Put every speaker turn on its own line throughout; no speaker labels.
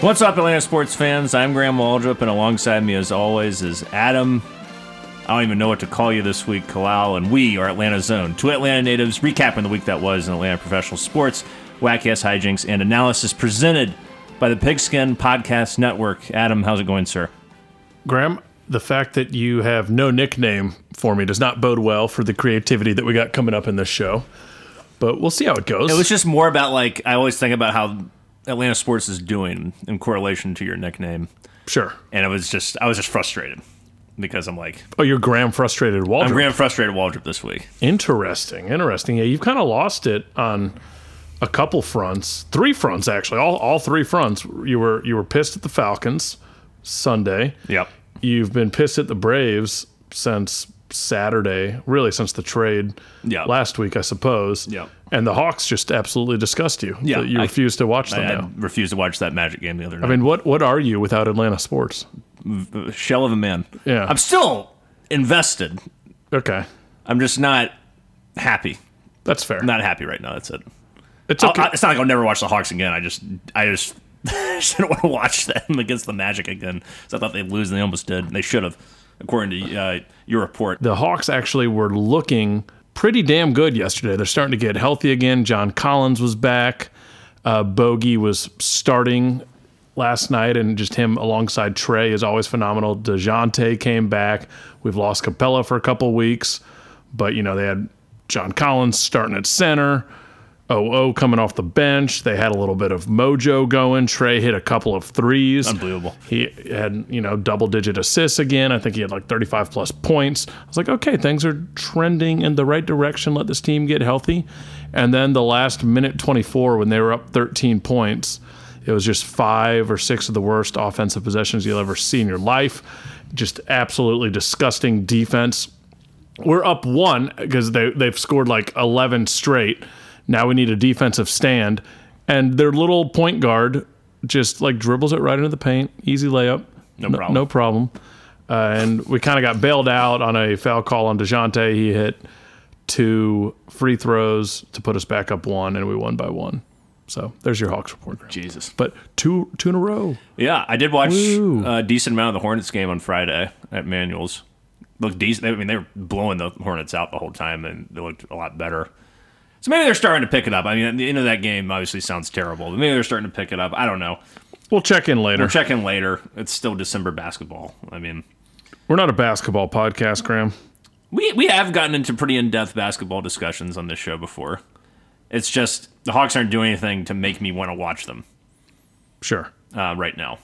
What's up, Atlanta sports fans? I'm Graham Waldrop, and alongside me, as always, is Adam. I don't even know what to call you this week, Kalal, and we are Atlanta Zone, two Atlanta natives recapping the week that was in Atlanta professional sports, wacky ass hijinks, and analysis presented by the Pigskin Podcast Network. Adam, how's it going, sir?
Graham, the fact that you have no nickname for me does not bode well for the creativity that we got coming up in this show. But we'll see how it goes.
It was just more about like I always think about how Atlanta sports is doing in correlation to your nickname,
sure.
and it was just I was just frustrated because I'm like
Oh, you're Graham frustrated Waldrop.
I'm Graham frustrated Waldrop this week.
Interesting, interesting. Yeah, you've kind of lost it on a couple fronts, three fronts actually. All all three fronts. You were you were pissed at the Falcons Sunday.
Yep.
You've been pissed at the Braves since Saturday, really since the trade
Yeah.
last week, I suppose.
Yeah.
And the Hawks just absolutely disgust you.
Yeah,
you
I-
refuse to watch them
I
now.
had refused to watch that Magic game the other night.
I mean, what what are you without Atlanta sports?
a shell of a man.
Yeah.
I'm still invested.
Okay,
I'm just not happy.
that's fair.
Not happy right now. That's it.
it's
I'll-
okay.
I- it's not like I'll never watch the Hawks again. I just, I just, just don't want to watch them against the Magic again. So I thought they'd lose, and they almost did. They should have, according to uh, your report.
the Hawks actually were looking pretty damn good yesterday. They're starting to get healthy again. John Collins was back. Uh, Bogey was starting last night, and just him alongside Trey is always phenomenal. DeJounte came back. We've lost Capella for a couple weeks, but you know, they had John Collins starting at center. OO coming off the bench. They had a little bit of mojo going. Trey hit a couple of threes.
Unbelievable.
He had, you know, double digit assists again. I think he had like 35 plus points. I was like, okay, things are trending in the right direction. Let this team get healthy. And then the last minute 24, when they were up 13 points, it was just five or six of the worst offensive possessions you'll ever see in your life. Just absolutely disgusting defense we're up one because they they've scored like eleven straight. Now we need a defensive stand, and their little point guard just like dribbles it right into the paint, easy layup,
No problem.
no problem. Uh, and we kind of got bailed out on a foul call on Dejounte. He hit two free throws to put us back up one, and we won by one. So there's your Hawks report. Graham.
Jesus.
But two two in a row.
Yeah, I did watch
Woo.
a decent amount of the Hornets game on Friday at Manuals. Looked decent. I mean, they were blowing the Hornets out the whole time, and they looked a lot better. So maybe they're starting to pick it up. I mean, at the end of that game obviously sounds terrible, but maybe they're starting to pick it up. I don't know.
We'll check in later.
We'll check in later. It's still December basketball. I mean,
We're not a basketball podcast, Graham.
we we have gotten into pretty in depth basketball discussions on this show before. It's just the Hawks aren't doing anything to make me want to watch them
Sure,
uh, right now.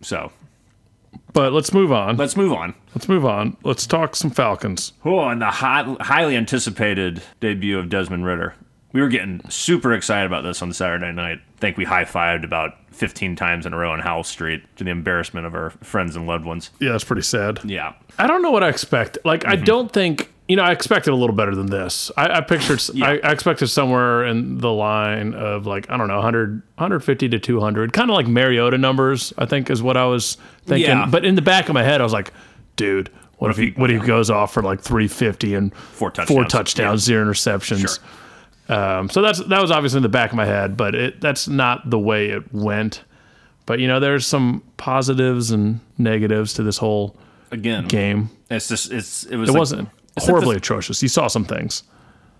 So
but let's move on.
let's move on.
Let's move on. Let's talk some Falcons.
Oh, and the hot, highly anticipated debut of Desmond Ritter. We were getting super excited about this on Saturday night. I think we high fived about 15 times in a row on Howell Street to the embarrassment of our friends and loved ones.
Yeah, that's pretty sad.
Yeah.
I don't know what I expect. Like, I don't think you know. I expected a little better than this. I, I pictured. I, I expected somewhere in the line of like I don't know, 100, 150 to two hundred, kind of like Mariota numbers. I think is what I was thinking.
Yeah.
But in the back of my head, I was like, dude, what if he what if he goes off for like three fifty and
Four
four
touchdowns.
touchdowns, zero interceptions. Um, so that's that was obviously in the back of my head, but it that's not the way it went. But you know, there's some positives and negatives to this whole
Again,
game.
it's just, it's, it was,
It
like-
wasn't
it's like
horribly atrocious. You saw some things.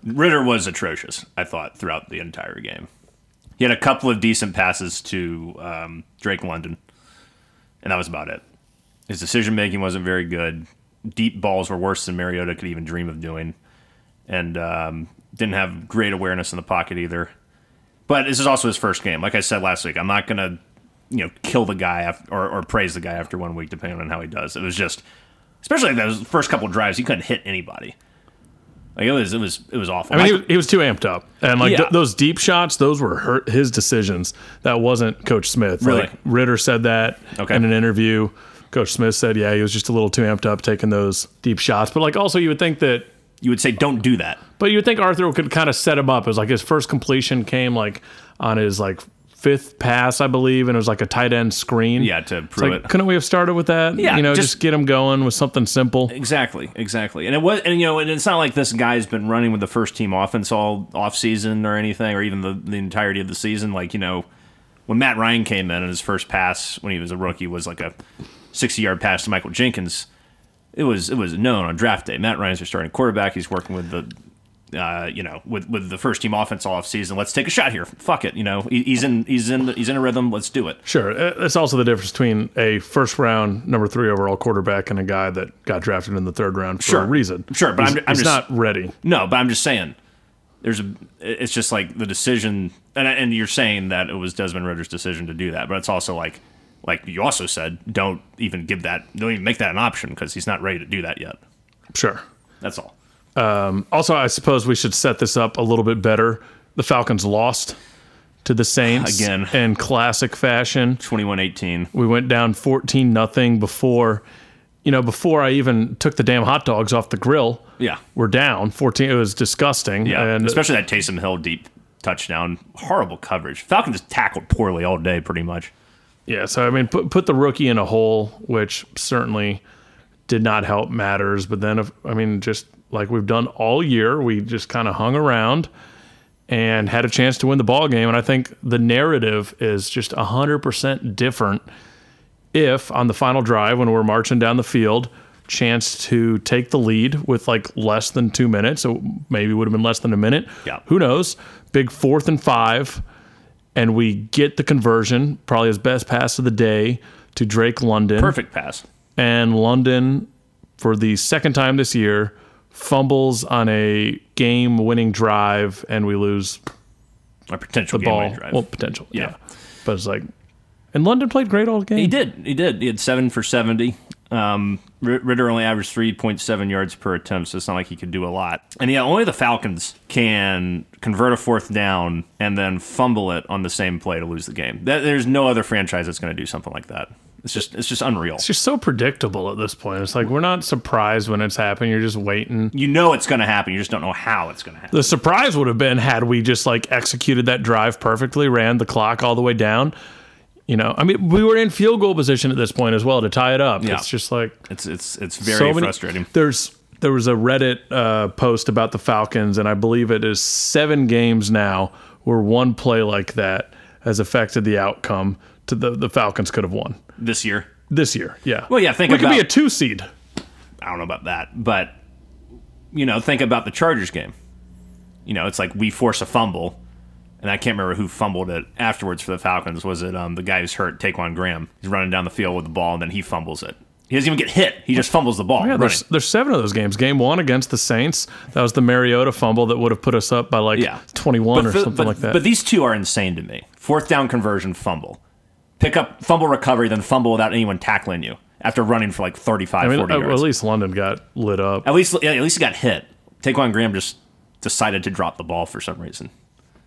this- Ritter was atrocious, I thought, throughout the entire game. He had a couple of decent passes to um, Drake London, and that was about it. His decision making wasn't very good. Deep balls were worse than Mariota could even dream of doing. and um, didn't have great awareness in the pocket either. But this is also his first game. Like I said last week, I'm not gonna you know kill the guy af- or, or praise the guy after one week, depending on how he does. It was just, especially those first couple drives, he couldn't hit anybody. Like it was, it was, it was awful.
I mean, he
Like-
was, he was too amped up, and like
Yeah.
th- those deep shots, those were hurt his decisions. That wasn't Coach Smith.
Really?
Like Ritter said that
Okay.
in an interview. Coach Smith said, "Yeah, he was just a little too amped up taking those deep shots." But like, also, you would think that
you would say, don't do that.
But you would think Arthur could kind of set him up. It was like his first completion came like on his like fifth pass, I believe, and it was like a tight end screen.
Yeah, to
It's
prove
like,
it.
Couldn't we have started with that?
Yeah,
you know,
just-
just, get him going with something simple.
Exactly, exactly. And it was, and you know, and it's not like this guy's been running with the first team offense all off season or anything, or even the, the entirety of the season. Like you know, when Matt Ryan came in and his first pass when he was a rookie was like a 60 yard pass to Michael Jenkins. It was it was known on draft day. Matt Ryan's your starting quarterback. He's working with the uh, you know, with, with the first team offense all off season, let's take a shot here. Fuck it, you know, he, he's in he's in the, he's in a rhythm. Let's do it.
Sure. Uh, That's also the difference between a first round, number three overall quarterback and a guy that got drafted in the third round for
Sure.
a reason.
Sure, but I'm-
He's-
I'm
he's
just-
not ready.
No, but I'm just saying, there's a. It's just like the decision, and and you're saying that it was Desmond Ritter's decision to do that, but it's also like, like you also said, don't even give that, don't even make that an option because he's not ready to do that yet.
Sure.
That's all.
Also, I suppose we should set this up a little bit better. The Falcons lost to the Saints
Again.
in classic fashion.
Twenty-one eighteen.
We went down 14 nothing before, you know, before I even took the damn hot dogs off the grill.
Yeah,
We're down 14. It was disgusting.
yeah,
And
especially that Taysom Hill deep touchdown. Horrible coverage. Falcons tackled poorly all day, pretty much.
Yeah, so I mean, put put the rookie in a hole, which certainly did not help matters. But then, if, I mean, just like we've done all year, we just kind of hung around and had a chance to win the ball game. And I think the narrative is just hundred percent different if on the final drive when we're marching down the field. Chance to take the lead with like less than two minutes, so maybe would have been less than a minute.
Yeah.
who knows? Big fourth and five and we get the conversion, probably his best pass of the day to Drake London.
Perfect pass.
And London, for the second time this year, fumbles on a game winning drive and we lose
A potential game
ball.
winning drive.
Well, potential. Yeah.
Yeah.
But it's like, and London played great all game.
He did. He did. He had seven for 70. Um, R- Ritter only averaged 3.7 yards per attempt, so it's not like he could do a lot. And yeah, only the Falcons can convert a fourth down and then fumble it on the same play to lose the game. That, there's no other franchise that's going to do something like that. It's just it's just unreal.
It's just so predictable at this point. It's like, we're not surprised when it's happened. You're just waiting.
You know it's going to happen. You just don't know how it's going to happen.
The surprise would have been had we just like executed that drive perfectly, ran the clock all the way down. You know, I mean, we were in field goal position at this point as well to tie it up.
Yeah.
It's just like
It's it's it's very
so many-
frustrating.
There's there was a Reddit uh, post about the Falcons, and I believe it is seven games now where one play like that has affected the outcome. To the the Falcons could have won
This year,
this year. Yeah.
Well, yeah, think
we could be
about-
a two seed.
I don't know about that, but you know, think about the Chargers game. You know, it's like we force a fumble, and I can't remember who fumbled it afterwards for the Falcons. Was it um, the guy who's hurt, Taquan Graham? He's running down the field with the ball, and then he fumbles it. He doesn't even get hit. He just fumbles the ball.
Yeah,
running.
there's, there's seven of those games. Game one against the Saints, that was the Mariota fumble that would have put us up by like
Yeah.
21 or
fi-
something like that.
But these two are insane to me. Fourth down conversion, fumble, pick up, fumble recovery, then fumble without anyone tackling you after running for like 35,
I mean,
40
uh,
yards.
well, at least London got lit up.
At least, yeah, at least he got hit. Taquan Graham just decided to drop the ball for some reason,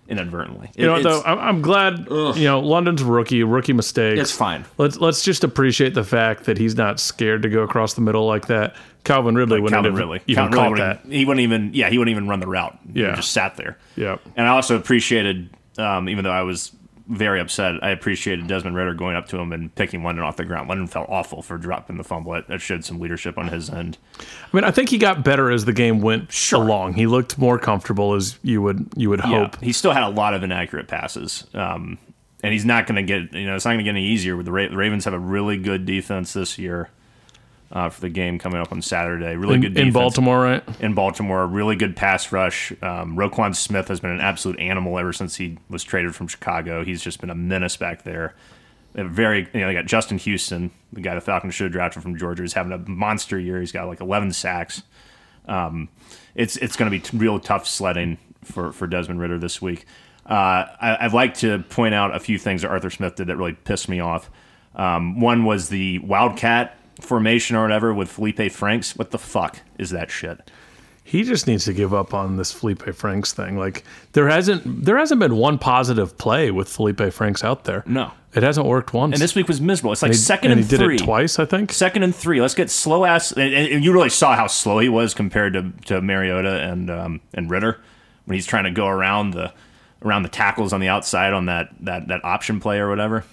inadvertently.
You know, what, though, I'm, I'm glad. You know, London's a rookie, rookie mistakes.
It's fine.
Let's let's just appreciate the fact that he's not scared to go across the middle like that. Calvin Ridley wouldn't
Uh, Calvin
have
Ridley.
even
Calvin
caught
Ridley
that.
wouldn't- He wouldn't even. Yeah, he wouldn't even run the route.
Yeah.
he just sat there.
Yeah.
And I also appreciated, um, even though I was very upset, I appreciated Desmond Ritter going up to him and picking London off the ground. London felt awful for dropping the fumble. It, it showed some leadership on his end.
I mean, I think he got better as the game went along. He looked more comfortable, as you would you would
Yeah.
hope.
He still had a lot of inaccurate passes. Um, and he's not going to get, you know, it's not going to get any easier. With the, Ra- the Ravens have a really good defense this year uh, for the game coming up on Saturday. Really good
in
defense
Baltimore, right?
in Baltimore. Really good pass rush. Um, Roquan Smith has been an absolute animal ever since he was traded from Chicago. He's just been a menace back there. A very, you know, they got Justin Houston, the guy the Falcons should have drafted from Georgia, is having a monster year. He's got like 11 sacks. Um, it's it's going to be t- real tough sledding for for Desmond Ritter this week. Uh, I, I'd like to point out a few things that Arthur Smith did that really pissed me off. Um, one was the Wildcat formation or whatever with Felipe Franks. What the fuck is that shit?
He just needs to give up on this Felipe Franks thing. Like there hasn't there hasn't been one positive play with Felipe Franks out there.
No.
it hasn't worked once.
And this week was miserable. It's like second
and
and,
he did
three.
it twice, I think.
Second and three. Let's get slow ass. And, and- and you really saw how slow he was compared to, to Mariota and um, and Ritter when he's trying to go around the around the tackles on the outside on that that, that option play or whatever.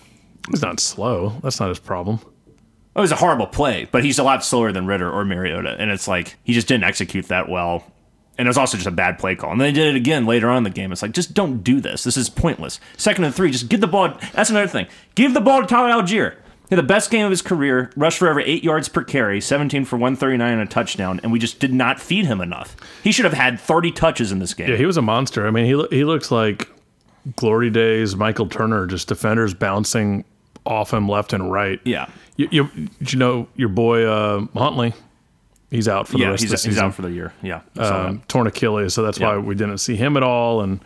He's not slow. That's not his problem.
It was a horrible play, but he's a lot slower than Ritter or Mariota, and it's like he just didn't execute that well. And it was also just a bad play call. And they did it again later on in the game. It's like, just don't do this. This is pointless. Second and three, just give the ball. That's another thing. Give the ball to Tyler Algier. He had the best game of his career, rushed for over eight yards per carry, 17 for 139 and a touchdown, and we just did not feed him enough. He should have had 30 touches in this game.
Yeah, he was a monster. I mean, he lo- he looks like glory days Michael Turner, just defenders bouncing off him left and right.
Yeah.
You, you, you know your boy uh, Huntley, he's out for the
Yeah,
rest
he's,
of the
he's
season.
out for the year. Yeah. So,
um, torn Achilles, so that's why
Yeah.
we didn't see him at all, and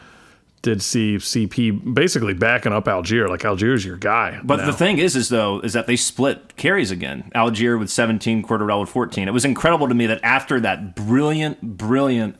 did see CP basically backing up Algier. Like Algier's your guy.
But
now.
the thing is, is though, is that they split carries again. Algier with 17, Corderell with 14. It was incredible to me that after that brilliant, brilliant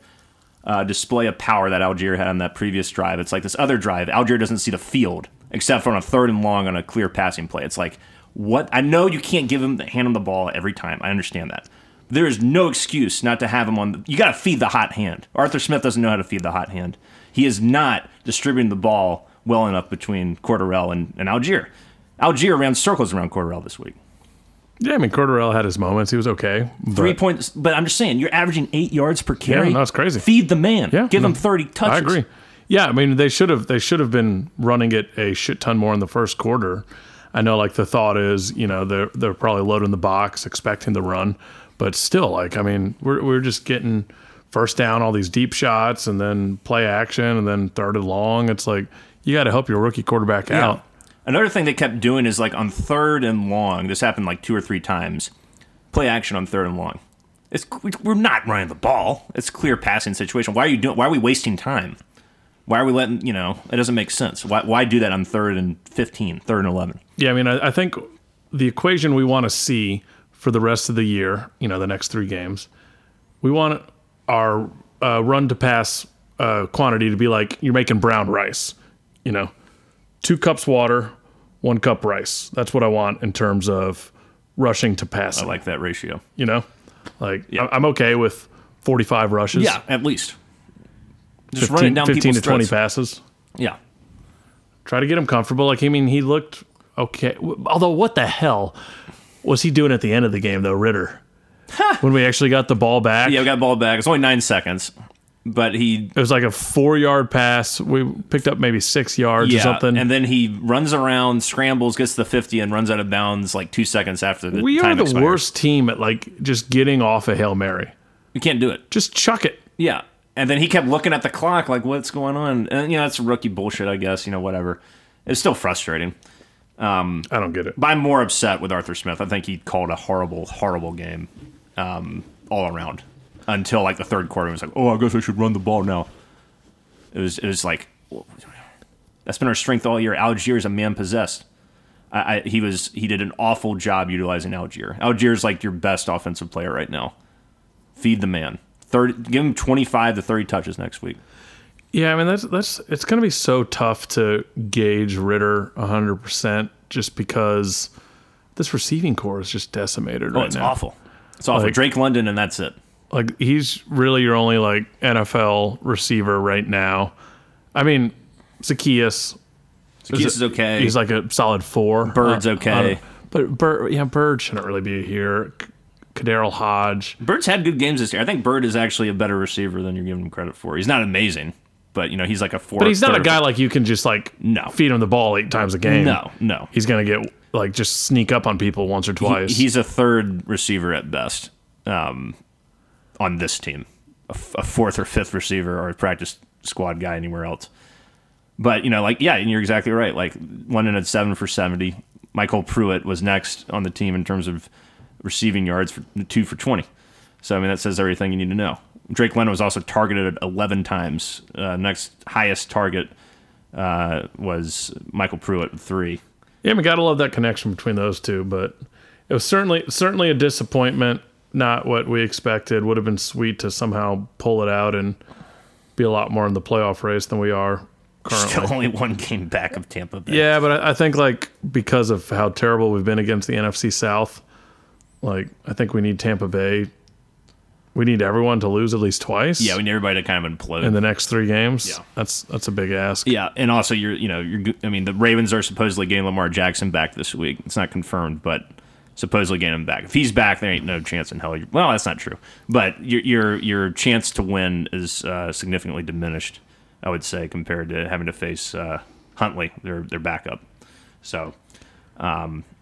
uh, display of power that Algier had on that previous drive, it's like this other drive. Algier doesn't see the field except for on a third and long on a clear passing play. It's like what I know you can't give him the hand on the ball every time. I understand that. There is no excuse not to have him on. The, you got to feed the hot hand. Arthur Smith doesn't know how to feed the hot hand. He is not distributing the ball well enough between Corderell and, and Algier. Algier ran circles around Corderell this week.
yeah, I mean Corderell had his moments. He was okay. but-
Three points, but I'm just saying you're averaging eight yards per carry.
no, it's crazy.
Feed the man.
Yeah,
give
no,
him 30 touches.
I agree. Yeah, I mean they should have they should have been running it a shit ton more in the first quarter. I know like the thought is, you know, they're they're probably loading the box, expecting the run, but still like I mean, we're we're just getting first down all these deep shots and then play action and then third and long. It's like you got to help your rookie quarterback out.
Another thing they kept doing is like on third and long. This happened like two or three times. Play action on third and long. It's we're not running the ball. It's a clear passing situation. Why are you doing? Why are we wasting time? Why are we letting you know? It doesn't make sense. Why why do that on third and 15, third and eleven?
Yeah, I mean, I, I think the equation we want to see for the rest of the year, you know, the next three games, we want our uh, run to pass uh, quantity to be like you're making brown rice, you know, two cups water, one cup rice. That's what I want in terms of rushing to pass.
I like that ratio.
you know, like I, am okay with 45 rushes,
Yeah, at least just
15,
running down
15
people's
to 20
throats.
passes.
Yeah,
try to get him comfortable. Like, I mean, he looked okay. W- Although, what the hell was he doing at the end of the game, though, Ritter? when we actually got the ball back,
yeah. We got ball back. It's only nine seconds, but he
it was like a four yard pass. We picked up maybe six yards or
yeah,
something.
and then he runs around, scrambles, gets to the fifty, and runs out of bounds like two seconds after the
we are
time
the
expires.
worst team at like just getting off a Hail Mary.
You can't do it.
Just chuck it.
Yeah. And then he kept looking at the clock, like, what's going on? And, you know, that's rookie bullshit, I guess, you know, whatever. It's still frustrating.
I don't get it.
But I'm more upset with Arthur Smith. I think he called a horrible, horrible game um, all around until, like, the third quarter. It was like, oh, I guess I should run the ball now. It was, it was like, that's been our strength all year. Algier is a man possessed. I, I, he was he did an awful job utilizing Algier. Algier's like your best offensive player right now. Feed the man. Third, give him twenty five to thirty touches next week.
Yeah, I mean that's that's it's going to be so tough to gauge Ritter 100 percent just because this receiving core is just decimated
Oh,
right
it's
now.
awful. It's awful.
Like-
Drake London, and that's it.
like he's really your only like NFL receiver right now. I mean, Zacchaeus,
Zacchaeus is okay.
He's like a solid four. Uh,
Bird's
I- I
okay.
don't- but Bird, yeah, Bird shouldn't really be here. K- Kaderil Hodge,
Bird's had good games this year. I think Bird is actually a better receiver than you're giving him credit for. He's not amazing, but you know he's like a four.
but he's not a
third-
guy like you can just like
No.
feed him the ball eight times a game.
No, no.
he's gonna get like just sneak up on people once or
He-
twice.
he's a third receiver at best um, on this team. A, f- a fourth or fifth receiver or a practice squad guy anywhere else. But you know, like yeah, and you're exactly right. Like London at seven for seventy. Michael Pruitt was next on the team in terms of receiving yards for two for twenty. So I mean, that says everything you need to know. Drake London was also targeted eleven times. Uh, next highest target uh, was Michael Pruitt with three.
Yeah, I mean, gotta love that connection between those two, but it was certainly certainly a disappointment. Not what we expected. Would have been sweet to somehow pull it out and be a lot more in the playoff race than we are currently.
Still only one game back of Tampa Bay.
Yeah, but I, I think like because of how terrible we've been against the NFC South, like I think we need Tampa Bay. We need everyone to lose at least twice.
Yeah, we need everybody to kind of implode.
in the next three games.
Yeah.
that's that's a big ask.
yeah, and also you're, you know, you're. go- I mean, the Ravens are supposedly getting Lamar Jackson back this week. It's not confirmed, but supposedly getting him back. If he's back, there ain't no chance in hell. you well, that's not true, but your your your chance to win is uh, significantly diminished. I would say compared to having to face uh, Huntley, their their backup. So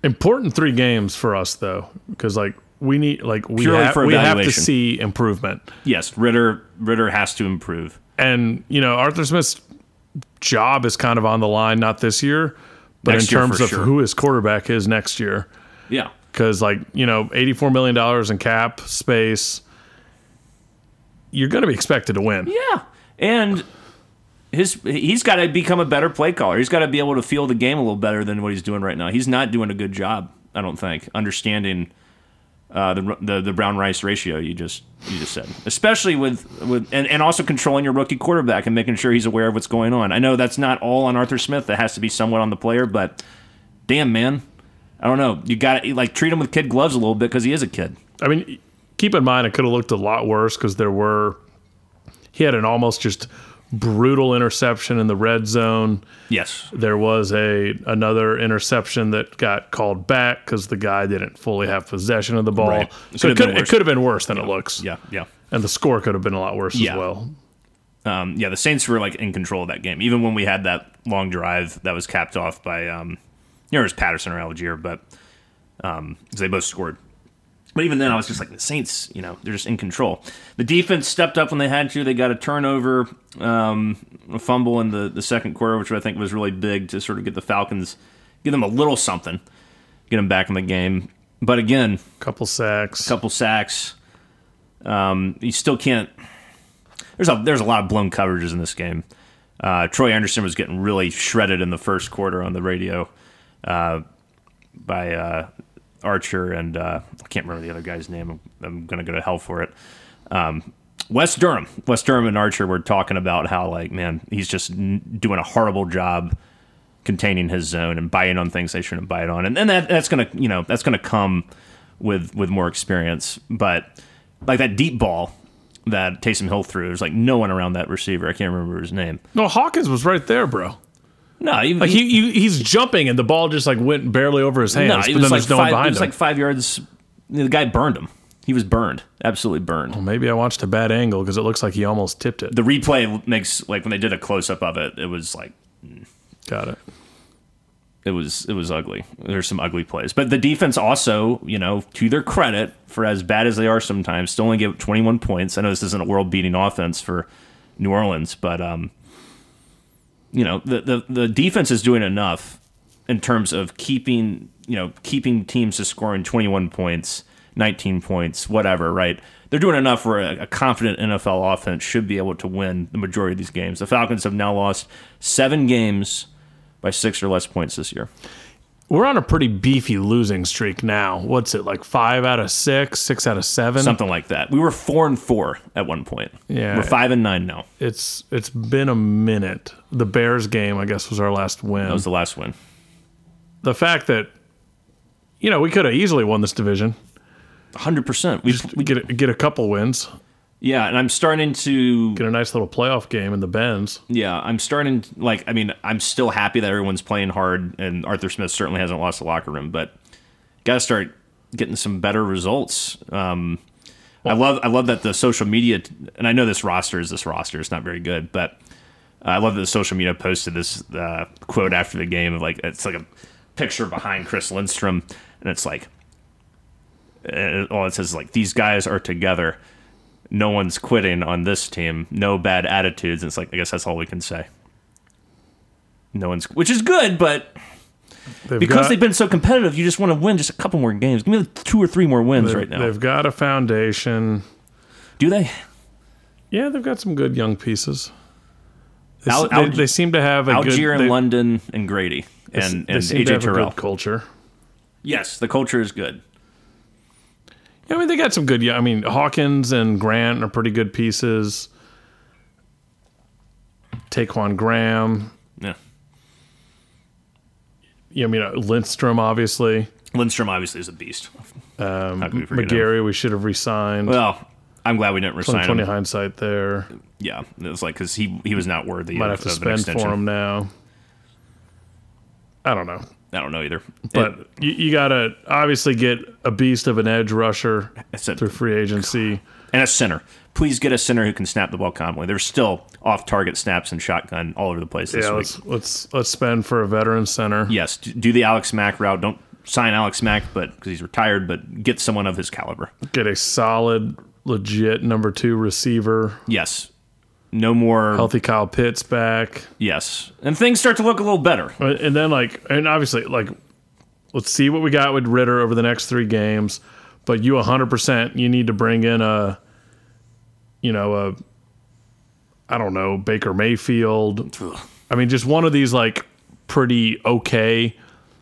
Important three games for us though, because like we need like we
Purely
have,
for
we have to
evaluation.
see improvement.
yes, Ritter Ritter has to improve.
and you know Arthur Smith's job is kind of on the line not this year but
Next
in
year,
terms
for
of
sure.
who his quarterback is next year
Yeah,
because like you know 84 million dollars in cap space you're going to be expected to win
Yeah, and his he's got to become a better play caller. He's got to be able to feel the game a little better than what he's doing right now. He's not doing a good job, I don't think, understanding uh, the the, the brown rice ratio you just you just said, especially with with and, and also controlling your rookie quarterback and making sure he's aware of what's going on. I know that's not all on Arthur Smith. That has to be somewhat on the player, but damn man. I don't know. You got to like treat him with kid gloves a little bit because he is a kid.
i mean keep in mind it could have looked a lot worse because there were he had an almost just brutal interception in the red zone
Yes.
there was a another interception that got called back because the guy didn't fully have possession of the ball.
Right. It
So
could have
it
been
could, it
worse.
could have been worse than it looks.
Yeah. Yeah.
And the score could have been a lot worse
Yeah.
as well.
um, yeah, the Saints were like in control of that game. Even when we had that long drive that was capped off by, um, you know, it was Patterson or Algier, but um, 'cause they both scored. But even then, I was just like, the Saints, you know, they're just in control. The defense stepped up when they had to. They got a turnover, um, a fumble in the, the second quarter, which I think was really big to sort of get the Falcons, give them a little something, get them back in the game. But again,
Couple sacks.
couple sacks. Um, you still can't. There's a there's a lot of blown coverages in this game. Uh, Troy Anderson was getting really shredded in the first quarter on the radio uh, by uh, Archer and uh, I can't remember the other guy's name. I'm, I'm gonna go to hell for it. Um, West Durham, West Durham and Archer were talking about how like man, he's just n- doing a horrible job containing his zone and buying on things they shouldn't buy it on. And then that that's gonna you know that's gonna come with with more experience. But like that deep ball that Taysom Hill threw, there's like no one around that receiver. I can't remember his name.
no, Hawkins was right there, bro.
No, he,
Like he, you he's jumping and the ball just like went barely over his hands.
no,
but
he
then
was like
there's no
five,
one
he
behind
was
him.
like five yards. The guy burned him. He was burned, absolutely burned.
Maybe I watched a bad angle because it looks like he almost tipped it.
The replay makes like when they did a close up of it, it was like
Got it.
it was it was ugly. There's some ugly plays, but the defense also, you know, to their credit, for as bad as they are sometimes, still only give up 21 points. I know this isn't a world beating offense for New Orleans, but um, you know, the, the the defense is doing enough in terms of keeping you know keeping teams to scoring 21 points, 19 points, whatever. Right? They're doing enough where a, a confident NFL offense should be able to win the majority of these games. The Falcons have now lost seven games by six or less points this year.
We're on a pretty beefy losing streak now. What's it like? Five out of six, six out of seven.
something like that. We were four and four at one point.
Yeah.
we're five and nine now.
It's it's been a minute. The Bears game, I guess, was our last win.
That was the last win.
the fact that you know we could have easily won this division,
Hundred percent. We, we
get a, get a couple wins,
yeah, and I'm starting to
get a nice little playoff game in the Benz.
yeah, I'm starting like I mean I'm still happy that everyone's playing hard and Arthur Smith certainly hasn't lost the locker room, but gotta start getting some better results. Um, I love I love that the social media and I know this roster is this roster it's not very good, but uh, I love that the social media posted this uh, quote after the game of like it's like a picture behind Chris Lindstrom, and it's like uh, all it says is like these guys are together. No one's quitting on this team. No bad attitudes. And it's like I guess that's all we can say. No one's, which is good, but
They've
because
got,
they've been so competitive, you just want to win just a couple more games. Give me like two or three more wins right now.
they've got a foundation.
Do they?
Yeah, they've got some good young pieces. They,
Al-
they-
Al-
they seem to have a
Algier
good,
and
they-
London and Grady
they s-
and,
they
and
seem to
AJ
have a
Terrell.
good culture.
Yes, the culture is good.
Yeah, I mean, they got some good. Yeah, I mean, Hawkins and Grant are pretty good pieces. Taquan Graham.
Yeah.
Yeah, I mean, uh, Lindstrom obviously.
Lindstrom obviously is a beast. Um, How could we forget him?
McGarry, we should have re-signed.
Well, I'm glad we didn't resign
20
him.
hindsight there.
Yeah, it was like because he he was not worthy
Might
of,
have to
of an
spend
extension.
for him now. I don't know.
I don't know either.
But you, you got to obviously get a beast of an edge rusher
It's a-
through free agency.
and a center. Please get a center who can snap the ball confidently. There's still off-target snaps and shotgun all over the place this
Yeah,
week.
let's let's let's spend for a veteran center.
Yes, d- do the Alex Mack route. Don't sign Alex Mack, but because he's retired, but get someone of his caliber.
Get a solid, legit number two receiver.
Yes, no more.
Healthy Kyle Pitts back,
Yes, and things start to look a little better.
and then like, and obviously like, let's see what we got with Ritter over the next three games. But you 100, percent you need to bring in a, you know a, I don't know Baker Mayfield. I mean, just one of these like pretty okay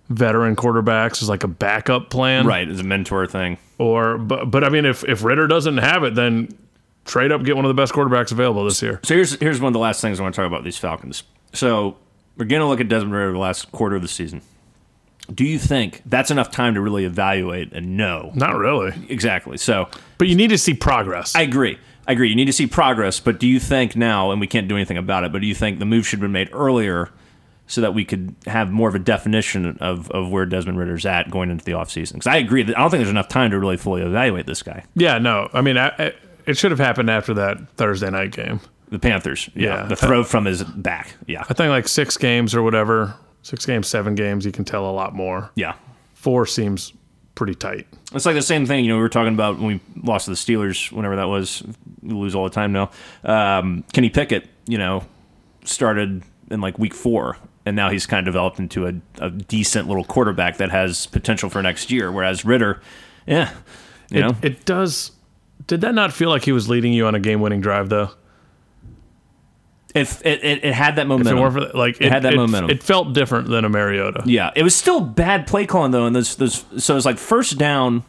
veteran quarterbacks is like a backup plan,
Right, it's a mentor thing.
or but but I mean if if Ritter doesn't have it, then trade up, get one of the best quarterbacks available this year.
So here's here's one of the last things I want to talk about these Falcons. So we're gonna look at Desmond Ritter the last quarter of the season. Do you think that's enough time to really evaluate and know
Not really,
exactly? So
but you need to see progress.
I agree. I agree. You need to see progress, but do you think now, and we can't do anything about it, but do you think the move should have been made earlier so that we could have more of a definition of, of where Desmond Ritter's at going into the offseason? Because I agree that I don't think there's enough time to really fully evaluate this guy.
yeah, no, I mean I, I, it should have happened after that Thursday night game.
The Panthers. Yeah.
Yeah.
The throw from his back. Yeah.
I think like six games or whatever, six games, seven games, you can tell a lot more.
Yeah.
Four seems pretty tight.
It's like the same thing, you know, we were talking about when we lost to the Steelers, whenever that was. We lose all the time now. Um, Kenny Pickett, you know, started in like week four, and now he's kind of developed into a, a decent little quarterback that has potential for next year. Whereas Ritter, yeah, you know,
It, it does. Did that not feel like he was leading you on a game-winning drive though?
if it, it, it had that
If it
momentum.
weren't for that, like it,
had that
it-
momentum.
It felt different than a Mariota.
Yeah, it was still bad play calling though, and those those so it's like first down,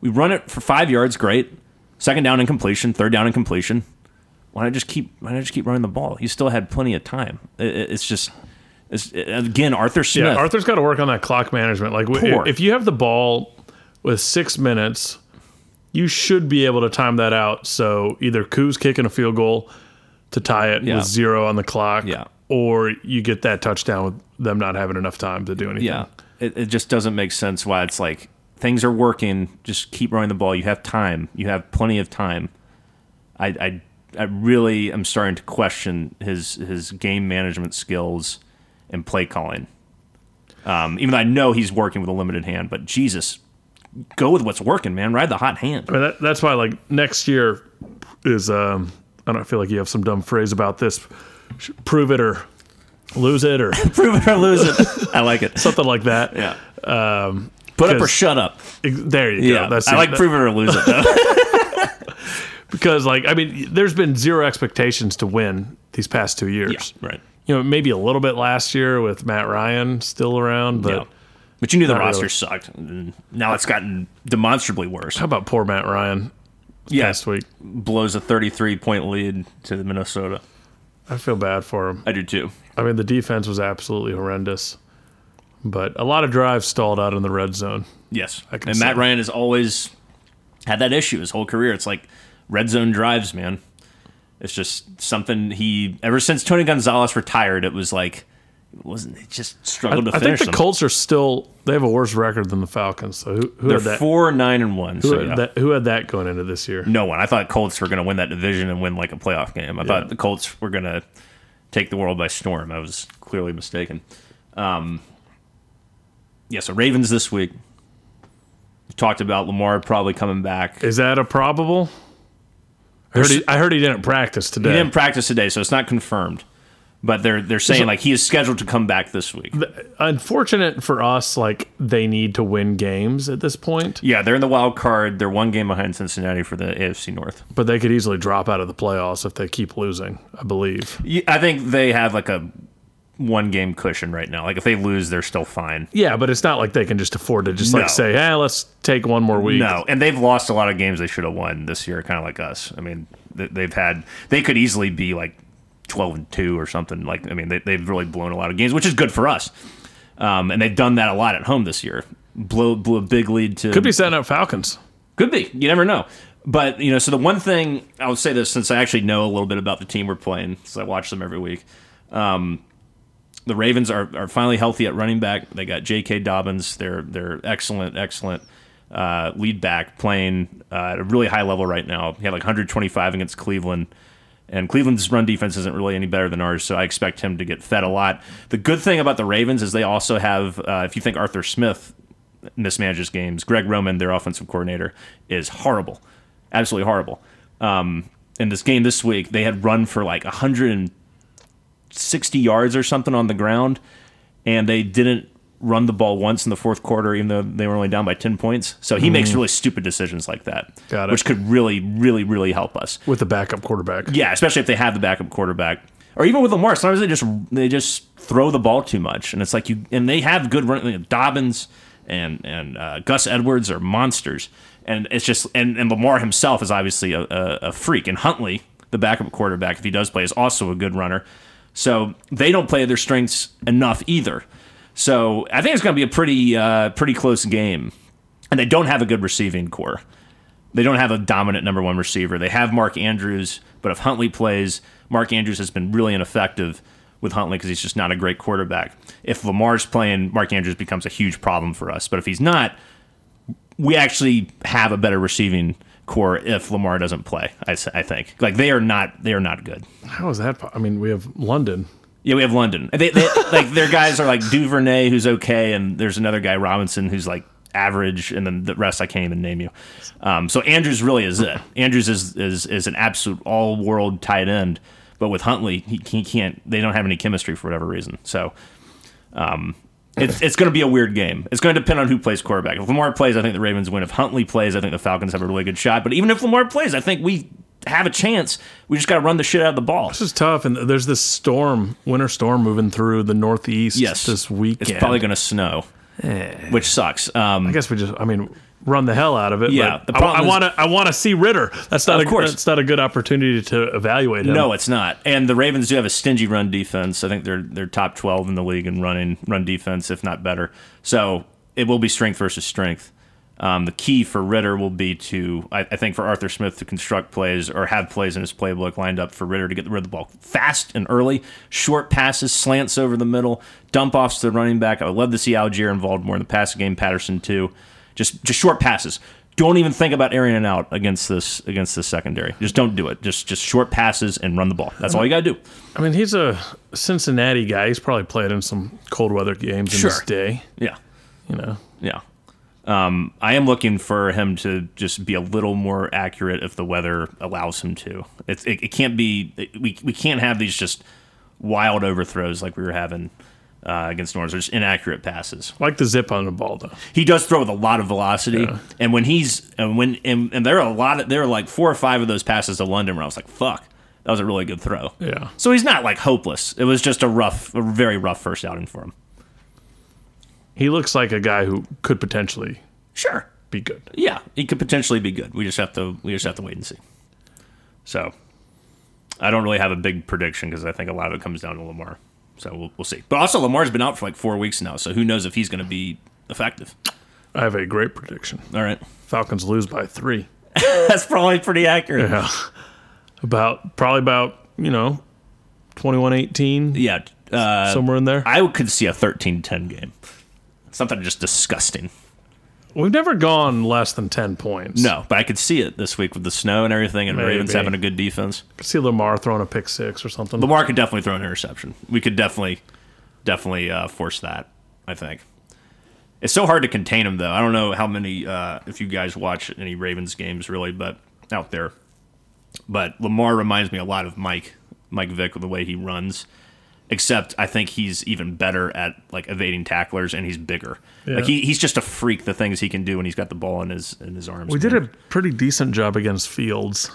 we run it for five yards, great. Second down incompletion, third down incompletion. Why not just keep Why not just keep running the ball? He still had plenty of time. It, it- it's just, it's again Arthur Smith.
Yeah, Arthur's got to work on that clock management. Like, w-
Poor.
if you have the ball with six minutes, you should be able to time that out. So either Koo's kicking a field goal to tie it
Yeah.
with zero on the clock,
Yeah.
or you get that touchdown with them not having enough time to do anything.
yeah, it, it just doesn't make sense why it's like things are working. Just keep running the ball. You have time. You have plenty of time. I I, I really am starting to question his his game management skills and play calling. Um, even though I know he's working with a limited hand, but Jesus, go with what's working, man. Ride the hot hand.
I mean, that, that's why like next year is um I don't feel like you have some dumb phrase about this. Sh- Prove it or lose it or
Prove it or lose it. I like it.
something like that.
Yeah. Put up or
'cause-
shut up.
Ex- There you
Yeah,
go. That's
I
it.
like
That-
prove it or lose it. Though.
because like I mean, there's been zero expectations to win these past two years.
right.
You know, maybe a little bit last year with Matt Ryan still around, but
Yeah. But you knew the
Not
roster
really.
sucked. And now it's gotten demonstrably worse.
how about poor Matt Ryan
Yes,
last week?
blows a 33 point lead to the Minnesota.
I feel bad for him.
I do too.
I mean, the defense was absolutely horrendous, but a lot of drives stalled out in the red zone.
Yes,
can
and
see
Matt
it.
Ryan has always had that issue his whole career. It's like red zone drives, man. It's just something he ever since Tony Gonzalez retired. It was like it wasn't. It just struggled to
I think
finish
the
them.
Colts are still they have a worse record than the Falcons. So who, who
They're
had that?
four nine and one.
who,
So
had
yeah.
that, who had that going into this year?
no one. I thought Colts were going to win that division and win like a playoff game. I thought the Colts were going to take the world by storm. I was clearly mistaken. Um, yeah, so Ravens this week. We talked about Lamar probably coming back.
Is that a probable? I heard, he, I heard he didn't practice today.
He didn't practice today, so it's not confirmed. But they're they're saying like he is scheduled to come back this week.
unfortunate for us like they need to win games at this point
Yeah, they're in the wild card. They're one game behind Cincinnati for the AFC North.
but they could easily drop out of the playoffs if they keep losing i believe
Y- I think they have like a one game cushion right now. Like if they lose, they're still fine.
yeah but it's not like they can just afford to just like
No.
say hey let's take one more week
No, and they've lost a lot of games they should have won this year, kind of like us. I mean, th- they've had they could easily be like twelve and two or something. Like I mean, they, they've really blown a lot of games, which is good for us. Um, and they've done that a lot at home this year. Blow blew a big lead to
could be setting up falcons
Could be. You never know. But you know, so the one thing I'll say this since I actually know a little bit about the team we're playing, since I watch them every week. Um, the Ravens are, are finally healthy at running back. They got J.K. Dobbins. They're they're excellent, excellent uh, lead back playing uh, at a really high level right now. He had like 125 against Cleveland, and Cleveland's run defense isn't really any better than ours. So I expect him to get fed a lot. The good thing about the Ravens is they also have, uh, if you think Arthur Smith mismanages games, Greg Roman, their offensive coordinator, is horrible, absolutely horrible. Um, in this game this week, they had run for like 100 and 60 yards or something on the ground, and they didn't run the ball once in the fourth quarter, even though they were only down by 10 points. So he makes really stupid decisions like that,
Mm-hmm. Got it.
which could really, really, really help us.
with the backup quarterback.
Yeah, especially if they have the backup quarterback, or even with Lamar. Sometimes they just they just throw the ball too much, and it's like you and they have good running. Dobbins and and uh, Gus Edwards are monsters, and it's just and, and Lamar himself is obviously a, a, a freak, and Huntley, the backup quarterback, if he does play, is also a good runner. So they don't play their strengths enough either. So I think it's going to be a pretty uh, pretty close game, and they don't have a good receiving core they don't have a dominant number one receiver. They have Mark Andrews, but if Huntley plays, Mark Andrews has been really ineffective with Huntley because he's just not a great quarterback. If Lamar's playing, Mark Andrews becomes a huge problem for us. But if he's not, we actually have a better receiving core if Lamar doesn't play. I, s- I think like they are not they are not good.
How is that? po- I mean, we have London.
Yeah, we have London. They, they, like their guys are like Duvernay, who's okay, and there's another guy Robinson, who's like average, and then the rest I can't even name you. Um, so Andrews really is it. Andrews is is is an absolute all world tight end, but with Huntley, he, he can't. They don't have any chemistry for whatever reason. So. Um, it's, it's going to be a weird game. It's going to depend on who plays quarterback. If Lamar plays, I think the Ravens win. If Huntley plays, I think the Falcons have a really good shot. But even if Lamar plays, I think we have a chance. We just got to run the shit out of the ball.
This is tough, and there's this storm, winter storm, moving through the northeast.
Yes.
this weekend.
It's probably going to snow, which sucks.
I
Um,
guess we just. I mean. Run the hell out of it.
Yeah,
but
the
I-
problem
I
is-
want to. I want to see Ritter. That's not.
Of
a,
course.
That's not a good opportunity to evaluate him.
no, it's not. And the Ravens do have a stingy run defense. I think they're they're top twelve in the league in running run defense, if not better. So it will be strength versus strength. Um, the key for Ritter will be to, I, I think, for Arthur Smith to construct plays or have plays in his playbook lined up for Ritter to get rid of the ball fast and early, short passes, slants over the middle, dump offs to the running back. I would love to see Algier involved more in the passing game. Patterson too, just just short passes. Don't even think about airing it out against this against this secondary. Just don't do it. Just just short passes and run the ball. That's all you gotta do.
I mean, he's a Cincinnati guy. He's probably played in some cold weather games in his
Sure.
day.
Yeah.
You know,
Yeah. Um, I am looking for him to just be a little more accurate if the weather allows him to. It's, it, it can't be we, we can't have these just wild overthrows like we were having uh, against Norris, or just inaccurate passes.
like the zip on the ball though.
He does throw with a lot of velocity, and when he's and when and, and there are a lot of there are like four or five of those passes to London where I was like, "Fuck, that was a really good throw."
Yeah.
So he's not like hopeless. It was just a rough, a very rough first outing for him.
He looks like a guy who could potentially
Sure.
be good.
yeah, he could potentially be good. We just have to we just have to wait and see. So, I don't really have a big prediction because I think a lot of it comes down to Lamar. So we'll, we'll see. But also Lamar's been out for like four weeks now, so who knows if he's going to be effective?
I have a great prediction.
All right,
Falcons lose by three.
that's probably pretty accurate.
Yeah. About probably about, you know, 21-18,
Yeah, uh,
somewhere in there.
I could see a 13-10 game. Something just disgusting.
We've never gone less than 10 points.
No, but I could see it this week with the snow and everything, and Ravens
Maybe.
having a good defense.
Could see Lamar throwing a pick six or something.
Lamar could definitely throw an interception. We could definitely, definitely uh, force that. I think it's so hard to contain him, though. I don't know how many uh, if you guys watch any Ravens games really, but out there. But Lamar reminds me a lot of Mike Mike Vick with the way he runs, except I think he's even better at like evading tacklers and he's bigger. Like he, he's just a freak. The things he can do when he's got the ball in his in his arms.
we did
man.
a pretty decent job against Fields.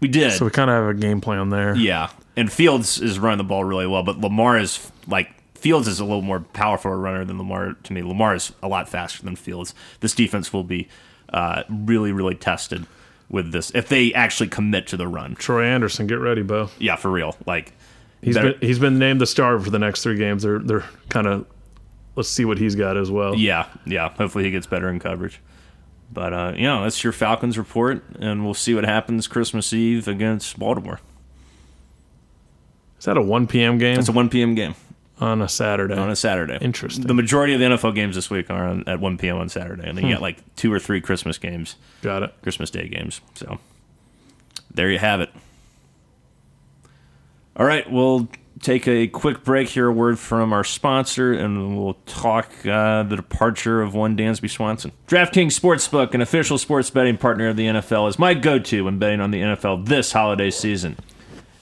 We did.
So we kind of have a game plan there.
Yeah, and Fields is running the ball really well, but Lamar is like Fields is a little more powerful a runner than Lamar to me. Lamar is a lot faster than Fields. This defense will be uh, really, really tested with this if they actually commit to the run.
Troy Anderson, get ready, Bo.
Yeah, for real. Like
He's
better-
been he's been named the star for the next three games. They're they're kind of let's see what he's got as well.
yeah, yeah. Hopefully he gets better in coverage. But uh, you know that's your Falcons report, and we'll see what happens Christmas Eve against Baltimore.
Is that a one p.m. game?
It's a 1 p.m. game.
on a Saturday.
on a Saturday.
Interesting.
The majority of the NFL games this week are on, at 1 p.m. on Saturday, and then you got like two or three Christmas games,
Got it.
Christmas Day games. So there you have it. All right, we'll take a quick break here, a word from our sponsor, and we'll talk uh, the departure of one Dansby Swanson. DraftKings Sportsbook, an official sports betting partner of the NFL, is my go to when betting on the NFL this holiday season.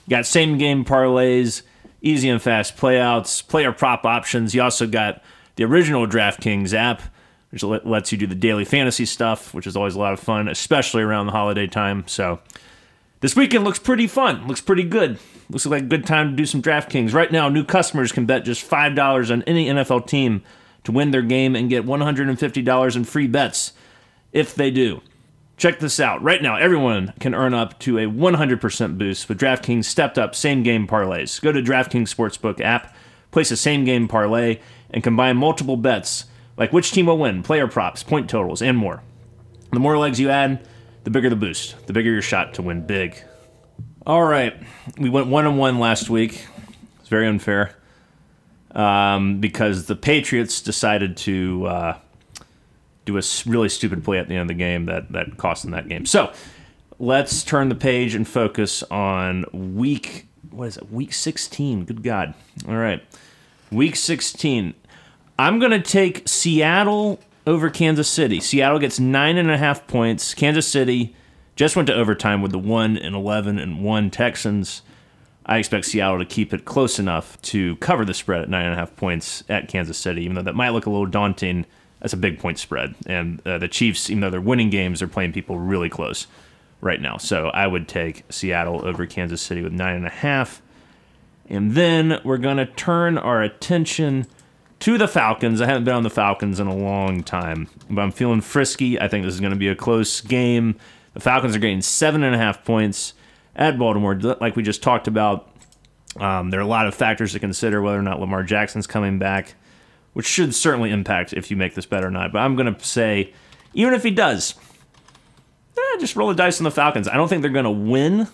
Got same game parlays, easy and fast playouts, player prop options. You also got the original DraftKings app, which let- lets you do the daily fantasy stuff, which is always a lot of fun, especially around the holiday time. So this weekend looks pretty fun. Looks pretty good. Looks like a good time to do some DraftKings. Right now, new customers can bet just $5 on any NFL team to win their game and get $150 in free bets if they do. Check this out. Right now, everyone can earn up to a 100% boost with DraftKings stepped up same game parlays. Go to DraftKings Sportsbook app, place a same game parlay, and combine multiple bets like which team will win, player props, point totals, and more. The more legs you add, the bigger the boost, the bigger your shot to win big. All right, we went one on one last week. It's very unfair um, because the Patriots decided to uh, do a s- really stupid play at the end of the game that that cost them that game. So let's turn the page and focus on week. What is it? Week 16. Good God. All right. Week 16. I'm going to take Seattle over Kansas City. Seattle gets nine and a half points. Kansas City just went to overtime with the one and eleven and one Texans. I expect Seattle to keep it close enough to cover the spread at nine and a half points at Kansas City, even though that might look a little daunting. That's a big point spread, and uh, the Chiefs, even though they're winning games, they're playing people really close right now. So I would take Seattle over Kansas City with nine and a half. And then we're going to turn our attention to the Falcons. I haven't been on the Falcons in a long time, but I'm feeling frisky. I think this is going to be a close game. The Falcons are getting seven and a half points at Baltimore. Like we just talked about, um, there are a lot of factors to consider whether or not Lamar Jackson's coming back, which should certainly impact if you make this bet or not. But I'm going to say, even if he does, eh, just roll the dice on the Falcons. I don't think they're going to win.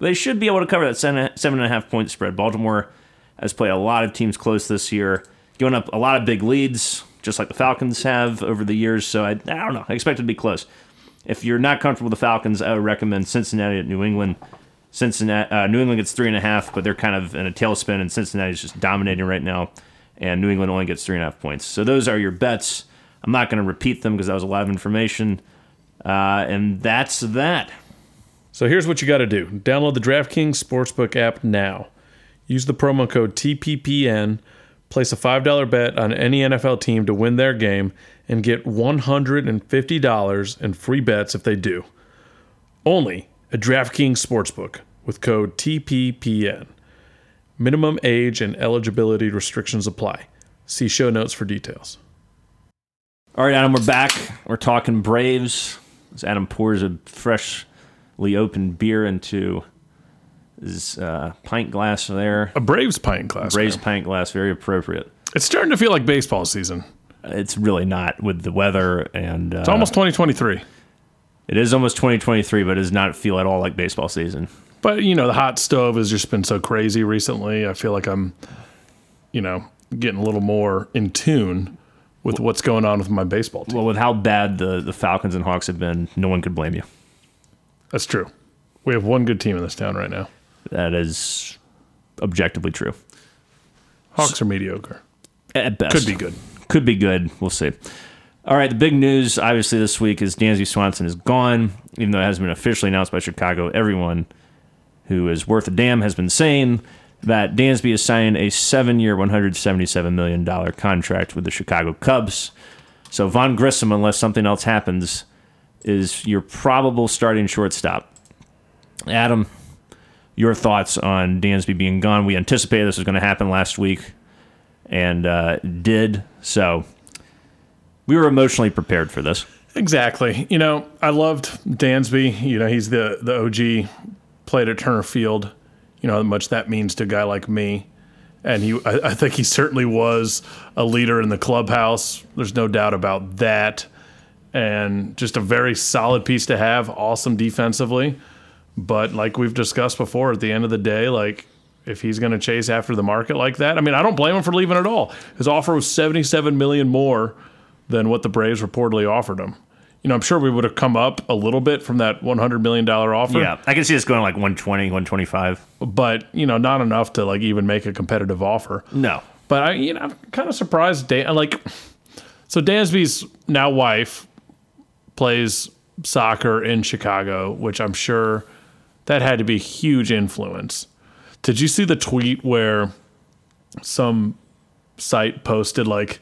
They should be able to cover that seven, seven and a half point spread. Baltimore has played a lot of teams close this year, giving up a lot of big leads, just like the Falcons have over the years. So I, I don't know. I expect it to be close. If you're not comfortable with the Falcons, I would recommend Cincinnati at New England. Cincinnati, uh, New England gets three and a half, but they're kind of in a tailspin, and Cincinnati's just dominating right now. And New England only gets three and a half points. So those are your bets. I'm not going to repeat them because that was a lot of information. Uh, and that's that.
So here's what you got to do download the DraftKings Sportsbook app now. Use the promo code TPPN, place a $5 bet on any NFL team to win their game, and get $150 in free bets if they do. Only at DraftKings Sportsbook with code TPPN. Minimum age and eligibility restrictions apply. See show notes for details.
All right, Adam, we're back. We're talking Braves. As Adam pours a freshly opened beer into his uh, pint glass there.
A Braves pint class.
Braves pint glass, very appropriate.
It's starting to feel like baseball season.
It's really not with the weather, and uh,
It's almost 2023.
it is almost 2023, but it does not feel at all like baseball season.
But you know, the hot stove has just been so crazy recently. I feel like I'm, you know, getting a little more in tune with what's going on with my baseball team.
Well, with how bad the, the Falcons and Hawks have been, no one could blame you.
That's true. We have one good team in this town right now.
That is objectively true.
Hawks are mediocre.
At best,
Could be good.
could be good. We'll see. All right, the big news obviously this week is Dansby Swanson is gone, even though it hasn't been officially announced by Chicago. Everyone who is worth a damn has been saying that Dansby is signing a seven-year, one hundred seventy-seven million dollar contract with the Chicago Cubs. So Von Grissom, unless something else happens, is your probable starting shortstop. Adam, your thoughts on Dansby being gone? We anticipated this was going to happen last week and uh, did. So we were emotionally prepared for this.
Exactly. You know, I loved Dansby. You know, he's the the OG. Played at Turner Field. You know how much that means to a guy like me. And he, I, I think he certainly was a leader in the clubhouse. There's no doubt about that. And just a very solid piece to have. Awesome defensively. But like we've discussed before, at the end of the day, like if he's going to chase after the market like that. I mean, I don't blame him for leaving at all. His offer was 77 million more than what the Braves reportedly offered him. You know, I'm sure we would have come up a little bit from that 100 million dollar offer,
Yeah, I can see this going like 120, 125.
but you know, not enough to like even make a competitive offer.
No.
But I, you know, I'm kind of surprised. Dan, like, so Dansby's now wife plays soccer in Chicago, which I'm sure that had to be a huge influence. Did you see the tweet where some site posted like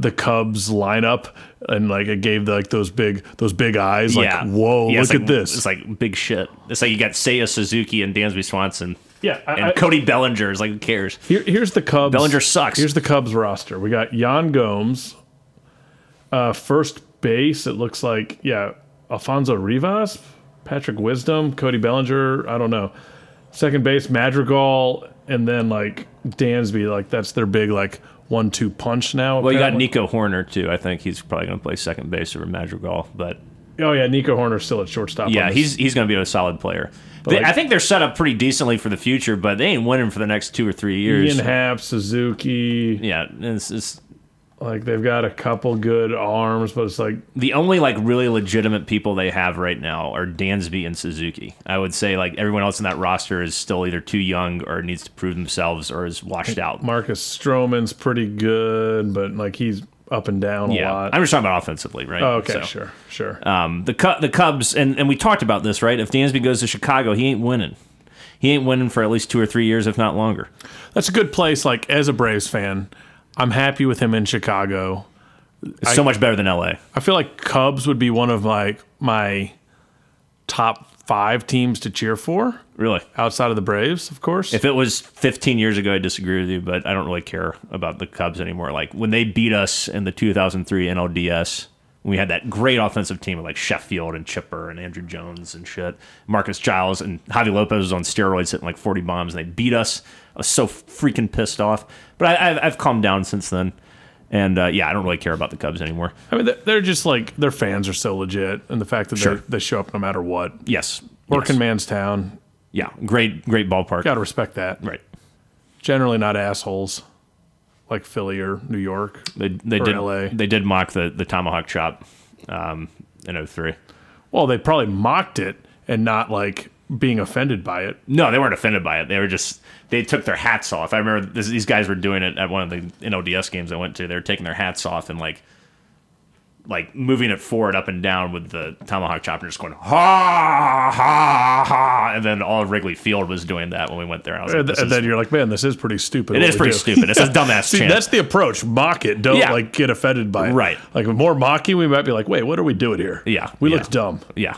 the Cubs lineup and like it gave like those big those big eyes like
yeah.
whoa
Yeah,
look
it's
at
like-
this
It's like big shit. It's like you got Seiya Suzuki and Dansby Swanson.
yeah I-
And
I-
Cody Bellinger is like, who cares?
Here, here's the Cubs.
Bellinger sucks.
Here's the Cubs roster. We got Jan Gomes, uh, first base. It looks like yeah, Alfonso Rivas, Patrick Wisdom, Cody Bellinger. I don't know. Second base Madrigal, and then like Dansby. Like that's their big like one-two punch now.
Well, you got
apparently.
Nico Horner, too. I think he's probably going to play second base over Madrigal, but
Oh yeah, Nico Horner's still at shortstop. on
Yeah,
this.
he's he's going to be a solid player. They-
like-
I think they're set up pretty decently for the future, but they ain't winning for the next two or three years.
Ian Happ, Suzuki.
yeah, and it's, it's
Like they've got a couple good arms, but it's like
the only like really legitimate people they have right now are Dansby and Suzuki. I would say like everyone else in that roster is still either too young or needs to prove themselves or is washed out.
Marcus Stroman's pretty good, but like he's up and down a
Yeah,
lot.
I'm just talking about offensively, right?
Oh, okay,
So,
sure, sure.
Um, the Cu- the Cubs and and we talked about this right. If Dansby goes to Chicago, he ain't winning. He ain't winning for at least two or three years, if not longer.
That's a good place. Like as a Braves fan, I'm happy with him in Chicago.
It's so much better than L.A.
I feel like Cubs would be one of like my top five teams to cheer for
Really.
outside of the Braves, of course.
If it was 15 years ago, I disagree with you, but I don't really care about the Cubs anymore. Like when they beat us in the 2003 NLDS, we had that great offensive team of like Sheffield and Chipper and Andrew Jones and shit. Marcus Giles and Javi Lopez was on steroids hitting like 40 bombs and they beat us. I was so freaking pissed off. But I, I've, I've calmed down since then. And uh, yeah, I don't really care about the Cubs anymore.
I mean, they're- they're just like their fans are so legit, and the fact that
Sure.
they, they show up no matter what.
Yes.
Working
Yes.
man's town,
Yeah. Great, great ballpark.
gotta respect that.
Right.
Generally, not assholes like Philly or New York.
They, they,
Or
did,
LA.
they did mock the, the Tomahawk chop um, in 03.
Well, they probably mocked it and not like being offended by it.
No, they weren't offended by it. They were just they took their hats off. I remember this, these guys were doing it at one of the NLDS games I went to. They were taking their hats off and like like moving it forward up and down with the tomahawk chop and just going ha ha ha and then all of Wrigley Field was doing that when we went there. I was like,
And,
this
Uh, and
is-
then you're like, man, this is pretty stupid.
it
what
is
we
pretty
do."
stupid. It's a dumbass
See,
chant.
that's the approach. Mock it. Don't
Yeah.
like get offended by it.
Right.
Like the more mocking, we might be like, wait, what are we doing here?
Yeah,
We
yeah.
look dumb.
yeah.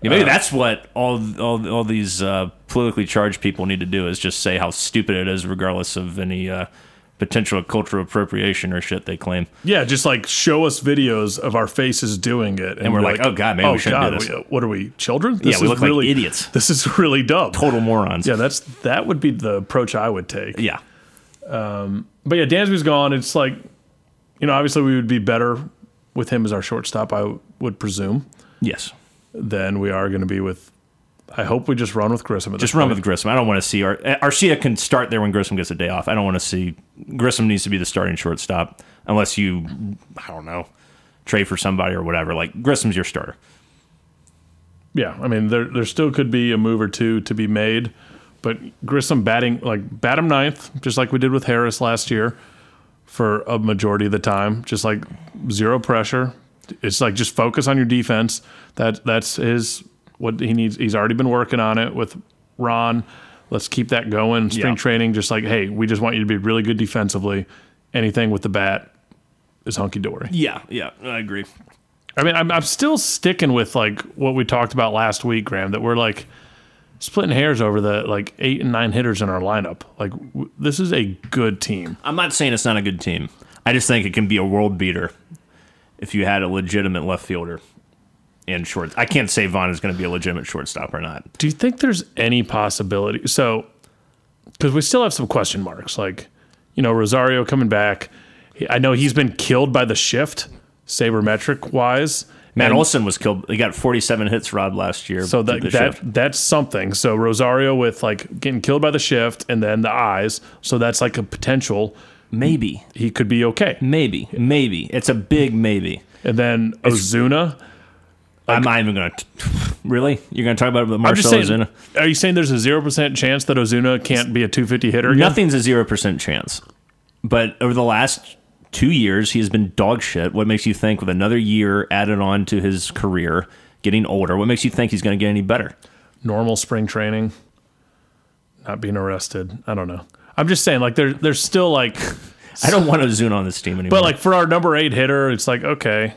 Yeah,
Uh,
maybe that's what all all, all these uh, politically charged people need to do is just say how stupid it is, regardless of any uh, potential cultural appropriation or shit they claim.
Yeah, just like show us videos of our faces doing it. And,
we're
you're
like, "Oh, God, maybe we shouldn't do this."
we- uh, what are we, children? This
we look
is
like idiots.
This is really dumb.
Total morons.
Yeah, that's that would be the approach I would take.
Yeah.
But yeah, Dansby's gone. It's like, you know, obviously we would be better with him as our shortstop, I would presume,
Yes.
than we are going to be with. I hope we just run with Grissom. At
Just run with Grissom. I don't want to see Ar- Arcia can start there when Grissom gets a day off. I don't want to see Grissom needs to be the starting shortstop unless you I don't know trade for somebody or whatever. Like Grissom's your starter.
Yeah, I mean, there there still could be a move or two to be made, but Grissom batting like bat him ninth, just like we did with Harris last year, for a majority of the time, just like zero pressure. It's like just focus on your defense. That that's his what he needs. He's already been working on it with Ron. Let's keep that going. Spring
Yeah.
training, just like hey, we just want you to be really good defensively. Anything with the bat is hunky dory.
Yeah, yeah, I agree.
I mean, I'm, I'm still sticking with like what we talked about last week, Graham, that we're like splitting hairs over the like eight and nine hitters in our lineup. Like, w- this is a good team.
I'm not saying it's not a good team. I just think it can be a world beater if you had a legitimate left fielder and short. I can't say Vaughn is going to be a legitimate shortstop or not.
Do you think there's any possibility? So, because we still have some question marks, like, you know, Rosario coming back. He- I know he's been killed by the shift, sabermetric wise,
Matt Olson was killed. He got 47 hits robbed last year.
So
through
that,
the
that
shift.
that's something. So Rosario with like getting killed by the shift and then the eyes. So that's like a potential
maybe,
he could be okay.
maybe, maybe. It's a big maybe.
And then Ozuna.
I'm not even gonna. really, you're gonna talk about
I'm just
Marcelo
saying.
Ozuna?
Are you saying there's a zero percent chance that Ozuna can't be a 250 hitter? Again?
Nothing's a zero percent chance. But over the last two years, he has been dog shit. What makes you think with another year added on to his career, getting older, what makes you think he's gonna get any better?
normal spring training, not being arrested. I don't know. I'm just saying, like there, there's still like,
I don't want Ozuna on this team anymore.
but like for our number eight hitter, it's like okay,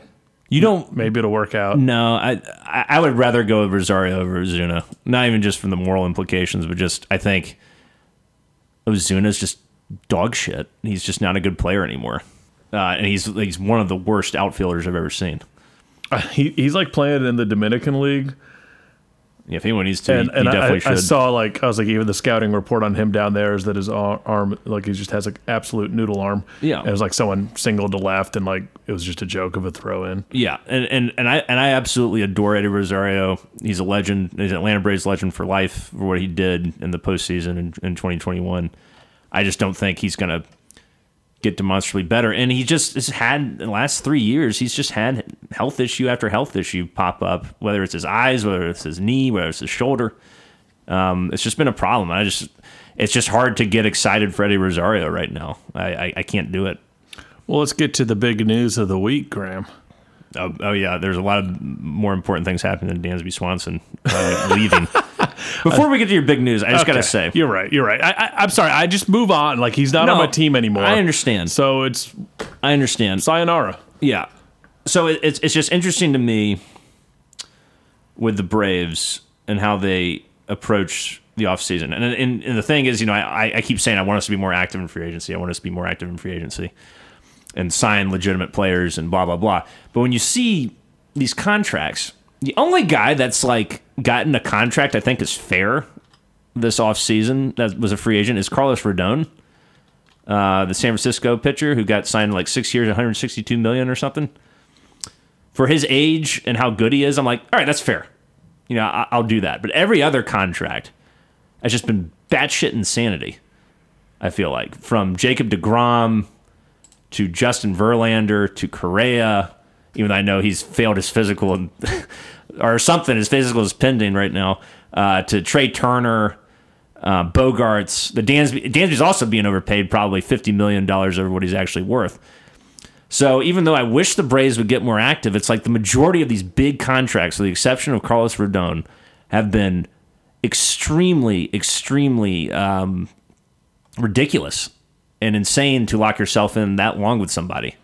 you don't.
maybe it'll work out.
No, I I I would rather go with Rosario over Ozuna. Not even just from the moral implications, but just I think Ozuna's just dog shit. He's just not a good player anymore, uh, and he's he's one of the worst outfielders I've ever seen. Mm.
He, he's like playing in the Dominican League,
If anyone needs to,
and,
he,
and
he
I,
definitely
I,
should.
I saw like I was like even the scouting report on him down there is that his ar- arm like he just has like absolute noodle arm.
Yeah.
and it was like someone singled to left, and like it was just a joke of a throw in.
Yeah, and, and and I and I absolutely adore Eddie Rosario. He's a legend. He's an Atlanta Braves legend for life for what he did in the postseason in, in 2021. I just don't think he's gonna get demonstrably better. And he just has had in the last three years. He's just had health issue after health issue pop up. Whether it's his eyes, whether it's his knee, whether it's his shoulder, um, it's just been a problem. I just it's just hard to get excited for Eddie Rosario right now. I I, I can't do it.
Well, let's get to the big news of the week, Graham.
Oh, oh yeah, there's a lot of more important things happening than Dansby Swanson uh, leaving. Before we get to your big news, I just gotta say,
you're right. You're right. I, I, I'm sorry. I just move on. Like he's not on
No,
my team anymore.
I understand.
So it's
I understand.
sayonara.
Yeah. So it, it's it's just interesting to me with the Braves and how they approach the offseason. And, and and the thing is, you know, I, I- I keep saying I want us to be more active in free agency. I want us to be more active in free agency and sign legitimate players and blah blah blah. But when you see these contracts, the only guy that's like gotten a contract I think is fair this offseason that was a free agent is Carlos Rodon uh, the San Francisco pitcher who got signed like six years, 162 million or something. For his age and how good he is, I'm like, all right, that's fair. You know, I- I'll do that. But every other contract has just been batshit insanity. I feel like from Jacob Degrom to Justin Verlander to Correa, even though I know he's failed his physical and- or something, his physical is pending right now. Uh, to Trey Turner, uh, Bogarts, the Dansby. Dansby's also being overpaid, probably fifty million dollars over what he's actually worth. So even though I wish the Braves would get more active, it's like the majority of these big contracts, with the exception of Carlos Rodon, have been extremely, extremely um, ridiculous and insane to lock yourself in that long with somebody.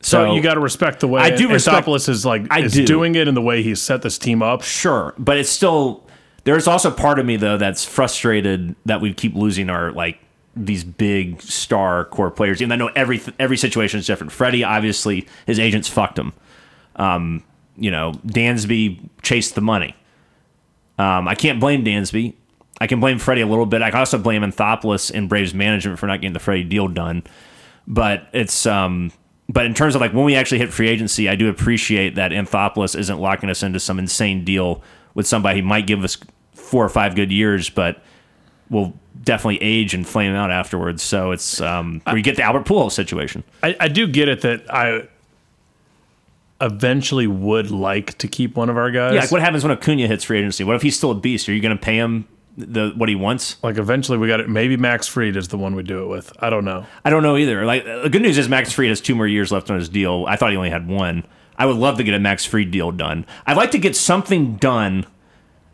So, you got to respect the way
I do respect-
Anthopoulos is like
I
is
do.
doing it and the way he's set this team up.
sure but it's still there's also part of me though that's frustrated that we keep losing our like these big star core players and i know every every situation is different freddie obviously his agents fucked him um you know dansby chased the money um i can't blame dansby i can blame freddie a little bit i can also blame anthopoulos and braves management for not getting the freddie deal done but it's um but in terms of like when we actually hit free agency, I do appreciate that Anthopoulos isn't locking us into some insane deal with somebody who might give us four or five good years, but will definitely age and flame out afterwards. So it's um where you get the Albert Pujols situation.
I, I do get it that I eventually would like to keep one of our guys.
Yeah, like what happens when Acuna hits free agency? What if he's still a beast? Are you going to pay him the what he wants?
Like, eventually we got it. Maybe Max Fried is the one we do it with. I don't know.
I don't know either. Like the good news is Max Freed has two more years left on his deal. I thought he only had one. I would love to get a Max Freed deal done. I'd like to get something done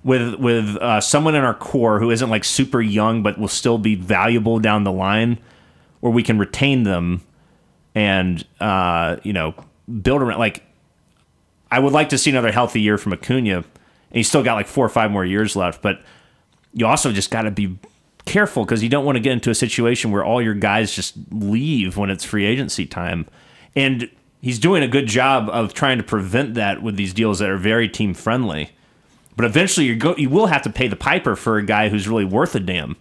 with with uh, someone in our core who isn't like super young but will still be valuable down the line, where we can retain them and uh, you know build around. Like I would like to see another healthy year from Acuna, and he's still got like four or five more years left. But you also just got to be careful because you don't want to get into a situation where all your guys just leave when it's free agency time. And he's doing a good job of trying to prevent that with these deals that are very team friendly. But eventually, you go you will have to pay the piper for a guy who's really worth a damn.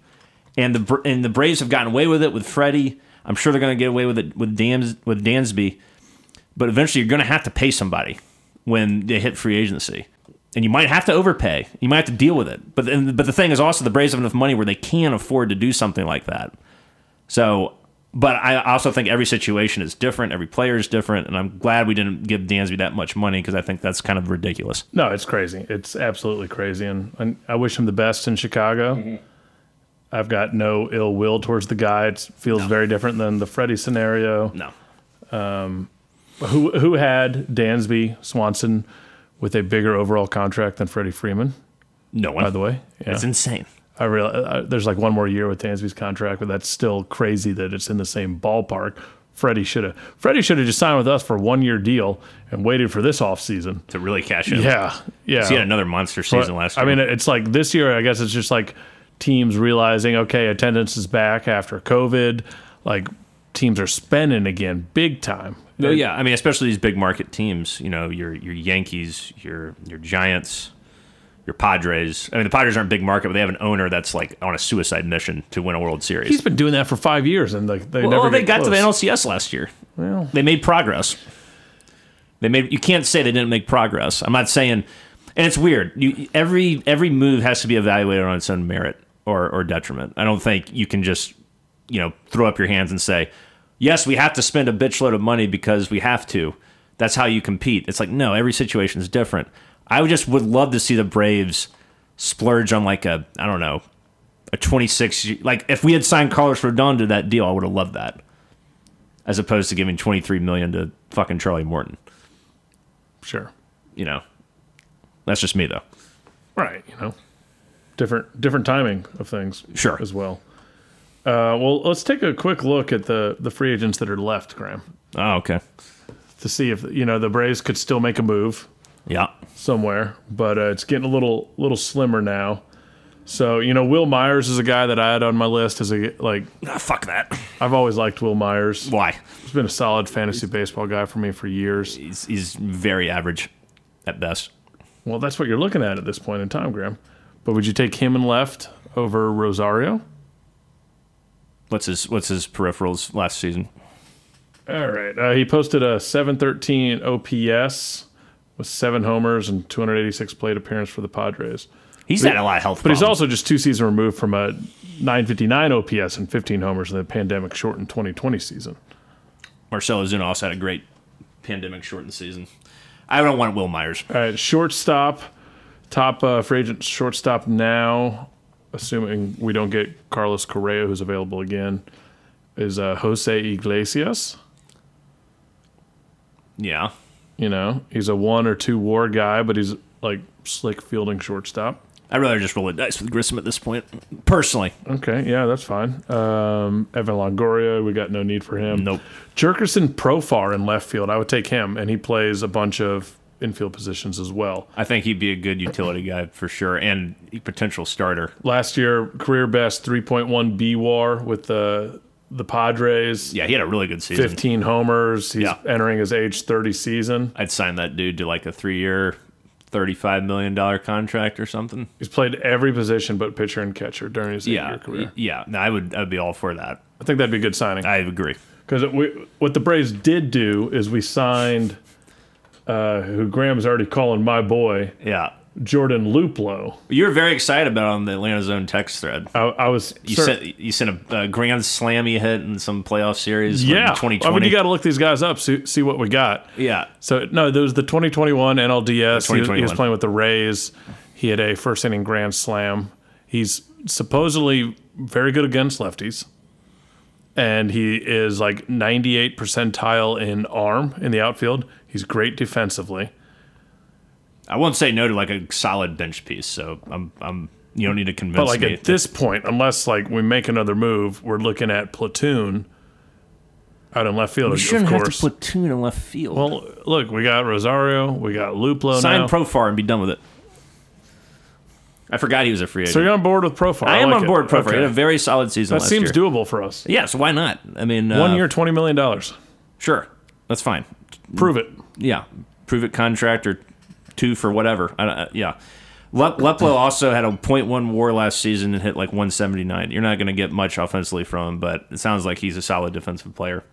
And the Bra- and the Braves have gotten away with it with Freddie. I'm sure they're going to get away with it with Dams with Dansby. But eventually, you're going to have to pay somebody. when they hit free agency. And you might have to overpay. You might have to deal with it. But then, but the thing is also the Braves have enough money where they can afford to do something like that. So, but I also think every situation is different. Every player is different, and I'm glad we didn't give Dansby that much money because I think that's kind of ridiculous.
No, it's crazy. It's absolutely crazy, and, and I wish him the best in Chicago. I've got no ill will towards the guy. It feels very different than the Freddie scenario.
No,
Who who had Dansby Swanson with a bigger overall contract than Freddie Freeman?
no one.
By the way, yeah.
it's insane.
I real uh, there's like one more year with Dansby's contract, but that's still crazy that it's in the same ballpark. Freddie should have Freddie should have just signed with us for one year deal and waited for this offseason.
To really cash in,
Yeah, yeah.
He had another monster season last year.
I mean, it's like this year. I guess it's just like teams realizing, okay, attendance is back after COVID. Like teams are spending again, big time.
No, yeah, I mean, especially these big market teams. You know, your your Yankees, your your Giants, your Padres. I mean, the Padres aren't big market, but they have an owner that's like on a suicide mission to win a World Series.
He's been doing that for five years, and like they
well, oh,
never
they
get
got to the
close.
NLCS last year. they made progress. They made. You can't say they didn't make progress. I'm not saying, and it's weird. You every every move has to be evaluated on its own merit or or detriment. I don't think you can just you know throw up your hands and say, yes, we have to spend a bitch load of money because we have to. That's how you compete. It's like no, every situation is different. I would just would love to see the Braves splurge on like a I don't know a 26 like if we had signed Carlos Rodon to that deal, I would have loved that. As opposed to giving 23 million to fucking Charlie Morton,
sure,
you know. That's just me though.
right? You know, different different timing of things,
Sure.
as well. Uh, well, let's take a quick look at the the free agents that are left, Graham,
Oh, okay.
to see if you know the Braves could still make a move.
Yeah.
somewhere, but uh, it's getting a little little slimmer now. So you know, Will Myers is a guy that I had on my list as a like.
Ah, fuck that.
I've always liked Will Myers.
Why?
He's been a solid fantasy baseball guy for me for years.
He's, he's very average at best.
Well, that's what you're looking at at this point in time, Graham. But would you take him and left over Rosario?
What's his what's his peripherals last season?
All right. Uh, he posted a 713 OPS with seven homers and 286 plate appearance for the Padres.
He's had a lot of health
But he's
problems.
also just two seasons removed from a 959 OPS and 15 homers in the pandemic shortened 2020 season.
Marcelo Zuna also had a great pandemic shortened season. I don't want Will Myers.
All right, shortstop, top uh, free agent shortstop now, assuming we don't get Carlos Correa, who's available again, is uh, Jose Iglesias.
Yeah.
You know, he's a one or two war guy, but he's like slick fielding shortstop.
I'd rather just roll the dice with Grissom at this point. Personally.
Okay, yeah, that's fine. Um, Evan Longoria, we got no need for him.
Nope.
Jerkerson Profar in left field, I would take him, and he plays a bunch of infield positions as well.
I think he'd be a good utility guy for sure and a potential starter.
Last year, career best 3.1 B WAR with the the Padres.
Yeah, he had a really good season.
15 homers. He's
Yeah.
entering his age 30 season.
I'd sign that dude to like a three year, $35 million contract or something.
He's played every position but pitcher and catcher during his
Yeah.
eight-year career.
Yeah. No, I would, I'd be all for that.
I think that'd be a good signing.
I agree.
Because what the Braves did do is we signed, uh, who Graham's already calling my boy,
Yeah.
Jordan Luplo.
You were very excited about it on the Atlanta Zone text thread.
I, I was.
You
cer-
sent you sent a, a grand slam you hit in some playoff series. in
yeah.
2020.
I mean, you got to look these guys up, see, see what we got.
yeah,
So no, there was the 2021 NLDS. He was- He, was
2021.
playing with the Rays. He had a first inning grand slam. He's supposedly very good against lefties, and he is like 98 percentile in arm in the outfield. He's great defensively.
I won't say no to like a solid bench piece. So I'm, I'm. You don't need to convince
But like
me.
at this point, unless like we make another move, we're looking at platoon out in left field. of course.
platoon in left field. Well,
well, look, we got Rosario, we got Luplo
sign
now.
Profar and be done with it. I forgot he was a free agent.
so you're on board with Profar.
I am
like
on
it.
board with Profar.
Okay.
He had a very solid season
That
last
seems
year.
doable for us.
yeah, so why not? I mean, uh,
One year, twenty million dollars.
Sure, that's fine.
Prove it.
Yeah, prove it contract or two for whatever. I, I, yeah. Le- Leplo also had a .1 WAR last season and hit like 179. You're not going to get much offensively from him, but it sounds like he's a solid defensive player.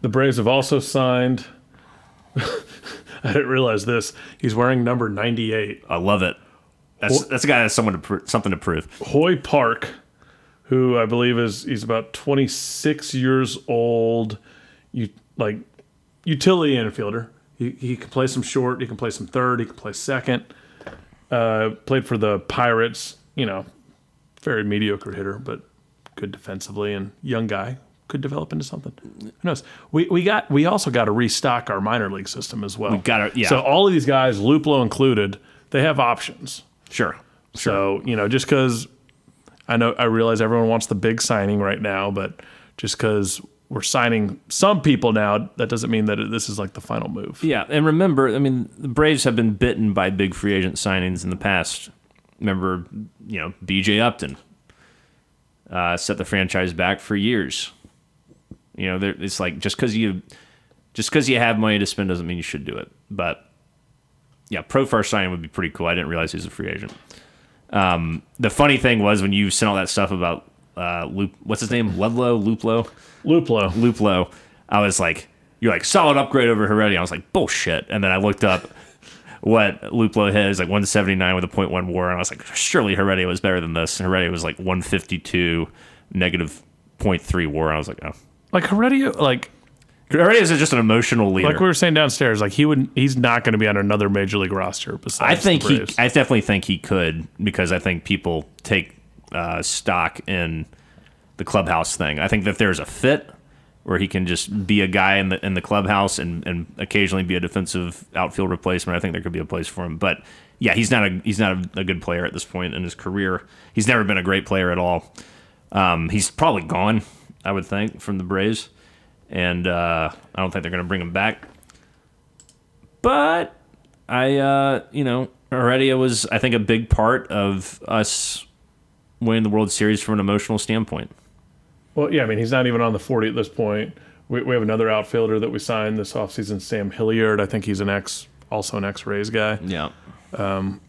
The Braves have also signed. I didn't realize this. He's wearing number 98.
I love it. That's that's a guy that's someone to pr- something to prove.
Hoy Park, who I believe is he's about 26 years old. You like utility infielder. He, he can play some short. He can play some third. He can play second. Uh, played for the Pirates. You know, very mediocre hitter, but good defensively and young guy could develop into something. Who knows? We we got we also got to restock our minor league system as well. We
gotta- yeah.
So all of these guys, Luplo included, they have options.
Sure.
So you know, just because I know I realize everyone wants the big signing right now, but just because we're signing some people now, that doesn't mean that it, this is like the final move.
Yeah, and remember, I mean, the Braves have been bitten by big free agent signings in the past. Remember, you know, B.J. Upton uh, set the franchise back for years. You know, there- it's like just because you just because you have money to spend doesn't mean you should do it. But yeah, Profar signing would be pretty cool. I didn't realize he was a free agent. Um, the funny thing was when you sent all that stuff about uh, Loop, what's his name, Ludlow, Luplo.
Luplo,
Luplo, I was like, you're like solid upgrade over Heredia. I was like, bullshit. And then I looked up what Luplo hit is like 179 with a 0.1 war, and I was like, surely Heredia was better than this. And Heredia was like 152 negative 0.3 war. And I was like, oh,
like Heredia, like
Heredia is just an emotional leader.
like we were saying downstairs, like he would, he's not going to be on another major league roster.
I
Besides,
think
the
he,
Braves.
I definitely think he could because I think people take uh, stock in the clubhouse thing. I think that there's a fit where he can just be a guy in the in the clubhouse and, and occasionally be a defensive outfield replacement. I think there could be a place for him, but yeah, he's not a he's not a, a good player at this point in his career. He's never been a great player at all. Um, he's probably gone, I would think, from the Braves, and uh, I don't think they're going to bring him back. But I, uh, you know, Heredia was, I think, a big part of us winning the World Series from an emotional standpoint.
well, yeah, I mean, he's not even on the forty at this point. We, we have another outfielder that we signed this offseason, Sam Hilliard. I think he's an ex, also an ex-Rays guy.
Yeah.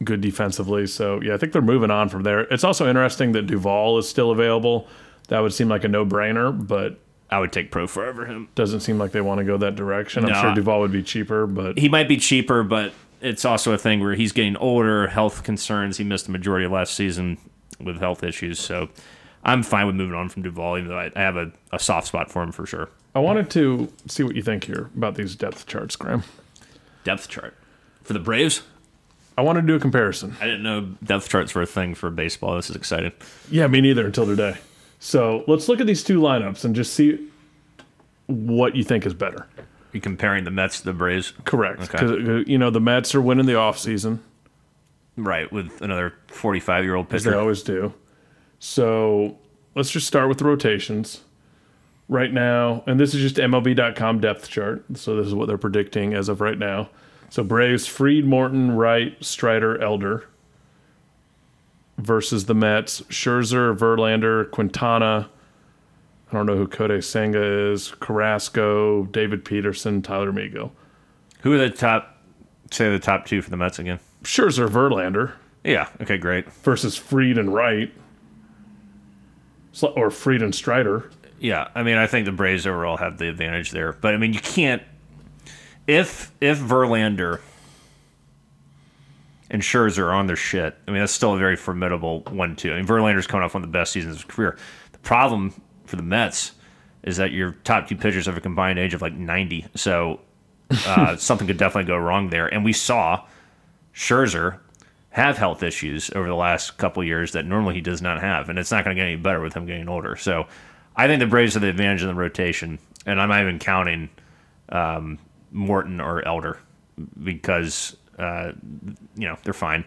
good defensively. So yeah, I think they're moving on from there. It's also interesting that Duvall is still available. That would seem like a no-brainer, but
I would take Pro for over him.
doesn't seem like they want to go that direction. I'm
No,
sure
I-
Duvall would be cheaper, but
He might be cheaper, but it's also a thing where he's getting older, health concerns. He missed the majority of last season with health issues. So I'm fine with moving on from Duvall, even though I, I have a, a soft spot for him for sure.
I wanted to see what you think here about these depth charts, Graham.
Depth chart. For the Braves?
I wanted to do a comparison.
I didn't know depth charts were a thing for baseball. This is exciting.
Yeah, me neither until today. So let's look at these two lineups and just see what you think is better.
You comparing the Mets to the Braves?
Correct.
Okay.
Because, you know, the Mets are winning the offseason.
Right, with another 45 year old
as they
pitcher.
always do. So let's just start with the rotations. Right now, and this is just MLB.com depth chart. So this is what they're predicting as of right now. So Braves, Freed, Morton, Wright, Strider, Elder versus the Mets, Scherzer, Verlander, Quintana. I don't know who Kode Senga is, Carrasco, David Peterson, Tyler Migo.
Who are the top? Say the top two for the Mets again.
Scherzer, Verlander.
Yeah. Okay. Great.
versus Freed and Wright, Sl- or Freed and Strider.
Yeah. I mean, I think the Braves overall have the advantage there, but I mean, you can't if if Verlander and Scherzer are on their shit. I mean, that's still a very formidable one-two. I mean, Verlander's coming off one of the best seasons of his career. The problem for the Mets is that your top two pitchers have a combined age of like ninety, so uh, something could definitely go wrong there. And we saw Scherzer have health issues over the last couple years that normally he does not have, and it's not going to get any better with him getting older. So I think the Braves have the advantage in the rotation, and I'm not even counting um, Morton or Elder because uh, you know they're fine.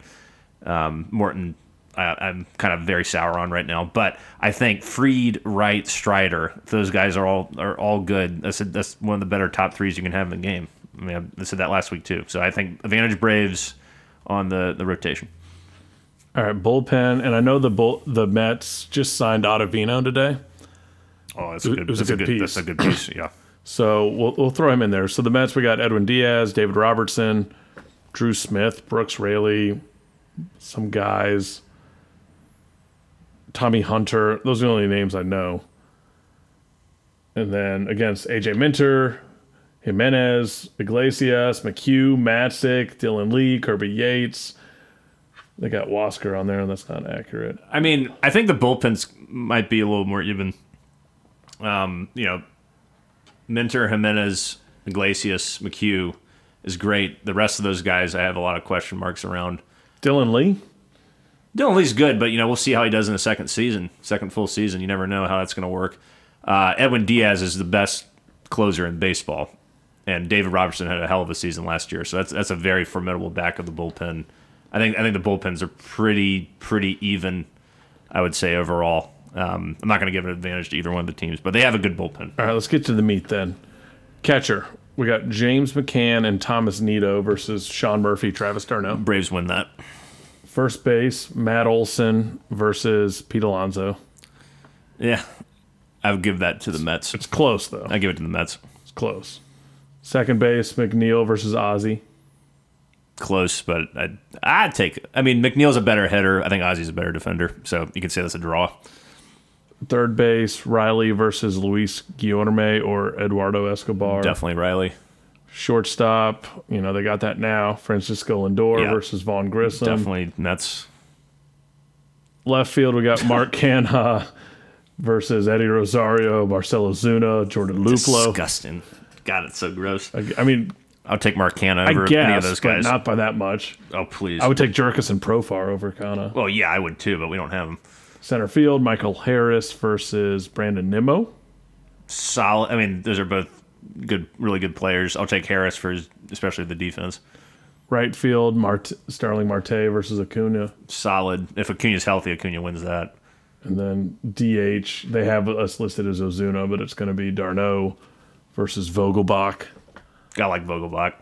Um, Morton, I, I'm kind of very sour on right now, but I think Freed, Wright, Strider, those guys are all are all good. That's that's one of the better top threes you can have in the game. I mean, I said that last week too. So I think advantage Braves on the the rotation.
All right, bullpen, and I know the bull, the Mets just signed Ottavino today,
Oh, that's a good.
it was a
that's
good piece.
That's a good piece. Yeah.
so we'll we'll throw him in there. So the Mets, we got Edwin Diaz, David Robertson, Drew Smith, Brooks Raley, some guys, Tommy Hunter. Those are the only names I know. And then against AJ Minter, Jimenez, Iglesias, McHugh, Matzik, Dylan Lee, Kirby Yates. They got Wasker on there, and that's not accurate.
I mean, I think the bullpens might be a little more even. Um, you know, Mentor, Jimenez, Iglesias, McHugh is great. The rest of those guys, I have a lot of question marks around.
Dylan Lee?
Dylan Lee's good, but you know we'll see how he does in the second season, second full season. You never know how that's going to work. Uh, Edwin Diaz is the best closer in baseball, and David Robertson had a hell of a season last year, so that's that's a very formidable back of the bullpen. I think I think the bullpens are pretty pretty even. I would say overall, um, I'm not going to give an advantage to either one of the teams, but they have a good bullpen.
All right, let's get to the meat then. Catcher. We got James McCann and Thomas Nito versus Sean Murphy, Travis Darno.
Braves win that.
First base, Matt Olson versus Pete Alonso.
Yeah, I would give that to the Mets.
It's close, though.
I give it to the Mets.
It's close. Second base, McNeil versus Ozzy.
Close, but I I take. I mean, McNeil's a better hitter. I think Ozzy's a better defender. So you could say that's a draw.
Third base, Riley versus Luis Guillorme or Eduardo Escobar.
Definitely Riley.
Shortstop, you know, they got that now. Francisco Lindor
Yeah.
versus Vaughn Grissom.
Definitely Mets.
Left field, we got Mark Canha versus Eddie Rosario, Marcelo Zuna, Jordan Luplo.
Disgusting. God, it's so gross.
I, I mean,
I'll take Marcana
I
over
guess,
any of those guys.
but not by that much.
oh please.
I would take Jerkis and Profar over Kana.
well, yeah, I would too, but we don't have them.
Center field, Michael Harris versus Brandon Nimmo.
Solid. I mean, those are both good, really good players. I'll take Harris for his, especially the defense.
Right field, Mart- Starling Marte versus Acuna.
Solid. If Acuna's healthy, Acuna wins that.
And then DH, they have us listed as Ozuna, but it's going to be Darno versus Vogelbach.
I like Vogelbach.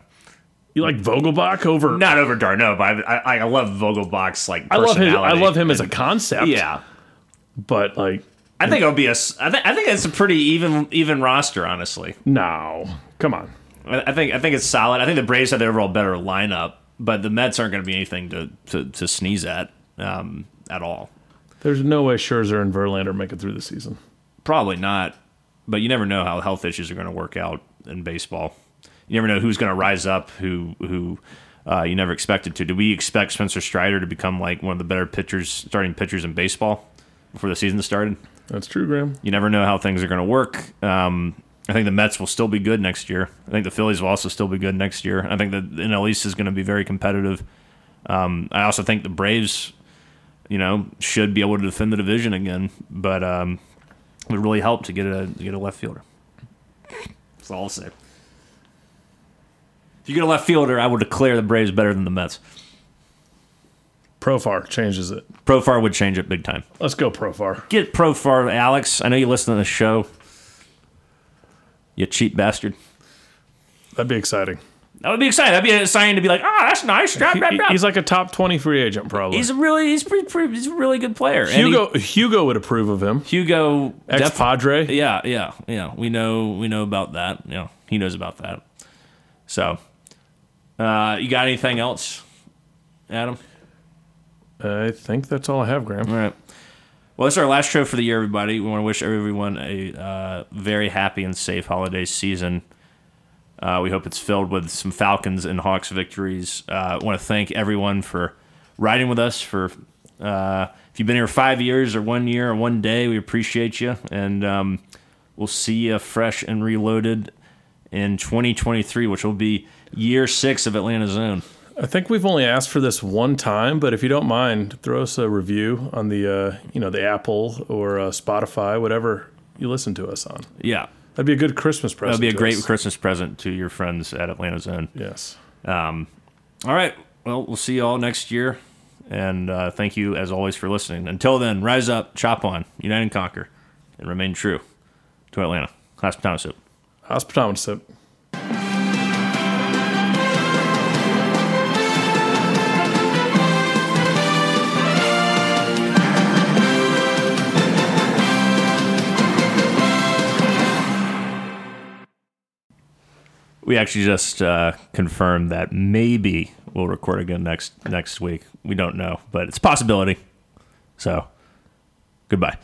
You like Vogelbach over?
Not over Darno, but I, I, I love Vogelbach's like
I love
personality.
him. I love him as a concept.
Yeah.
but like,
I think it'll be a. s- I, th- I think it's a pretty even even roster, honestly.
no, come on.
I I think I think it's solid. I think the Braves have the overall better lineup, but the Mets aren't going to be anything to, to, to sneeze at um, at all.
There's no way Scherzer and Verlander make it through the season.
Probably not, but you never know how health issues are going to work out in baseball. You never know who's going to rise up, who who uh, you never expected to. Do we expect Spencer Strider to become like one of the better pitchers, starting pitchers in baseball before the season started?
That's true, Graham.
You never know how things are going to work. Um, I think the Mets will still be good next year. I think the Phillies will also still be good next year. I think the the NL East is going to be very competitive. Um, I also think the Braves, you know, should be able to defend the division again, but um, it would really help to get a to get a left fielder. That's all I'll say. If you get a left fielder, I would declare the Braves better than the Mets.
Profar changes it.
Profar would change it big time.
Let's go Profar.
Get Profar, Alex. I know you listen to the show. You cheap bastard.
That'd be exciting.
That would be exciting. That'd be exciting to be like, ah, that's nice. Drop, drop,
He-
drop.
he's
He's,
like a top twenty free agent, probably.
a really, he's pretty, pretty, he's a really good player. And he-
Hugo Hugo would approve of him.
Hugo,
Ex
def-
Padre.
yeah, yeah, yeah. We know, we know about that. Yeah, he knows about that. So, uh, you got anything else, Adam?
Uh, I think that's all I have, Graham.
All right. Well, this is our last show for the year, everybody. We want to wish everyone a uh, very happy and safe holiday season. Uh, we hope it's filled with some Falcons and Hawks victories. Uh, I want to thank everyone for riding with us. For uh, if you've been here five years or one year or one day, we appreciate you, and um, we'll see you fresh and reloaded in 2023, which will be year six of Atlanta Zone.
I think we've only asked for this one time, but if you don't mind, throw us a review on the uh, you know the Apple or uh, Spotify, whatever you listen to us on.
Yeah,
That'd be a good Christmas present.
that'll be a
to
great
us.
Christmas present to your friends at Atlanta Zone.
yes.
All right. Well, we'll see you all next year. And uh, thank you, as always, for listening. Until then, rise up, chop on, unite and conquer, and remain true to Atlanta. Class Thomas.
Hospitality sip.
We actually just uh, confirmed that maybe we'll record again next next week. We don't know, but it's a possibility. So, goodbye.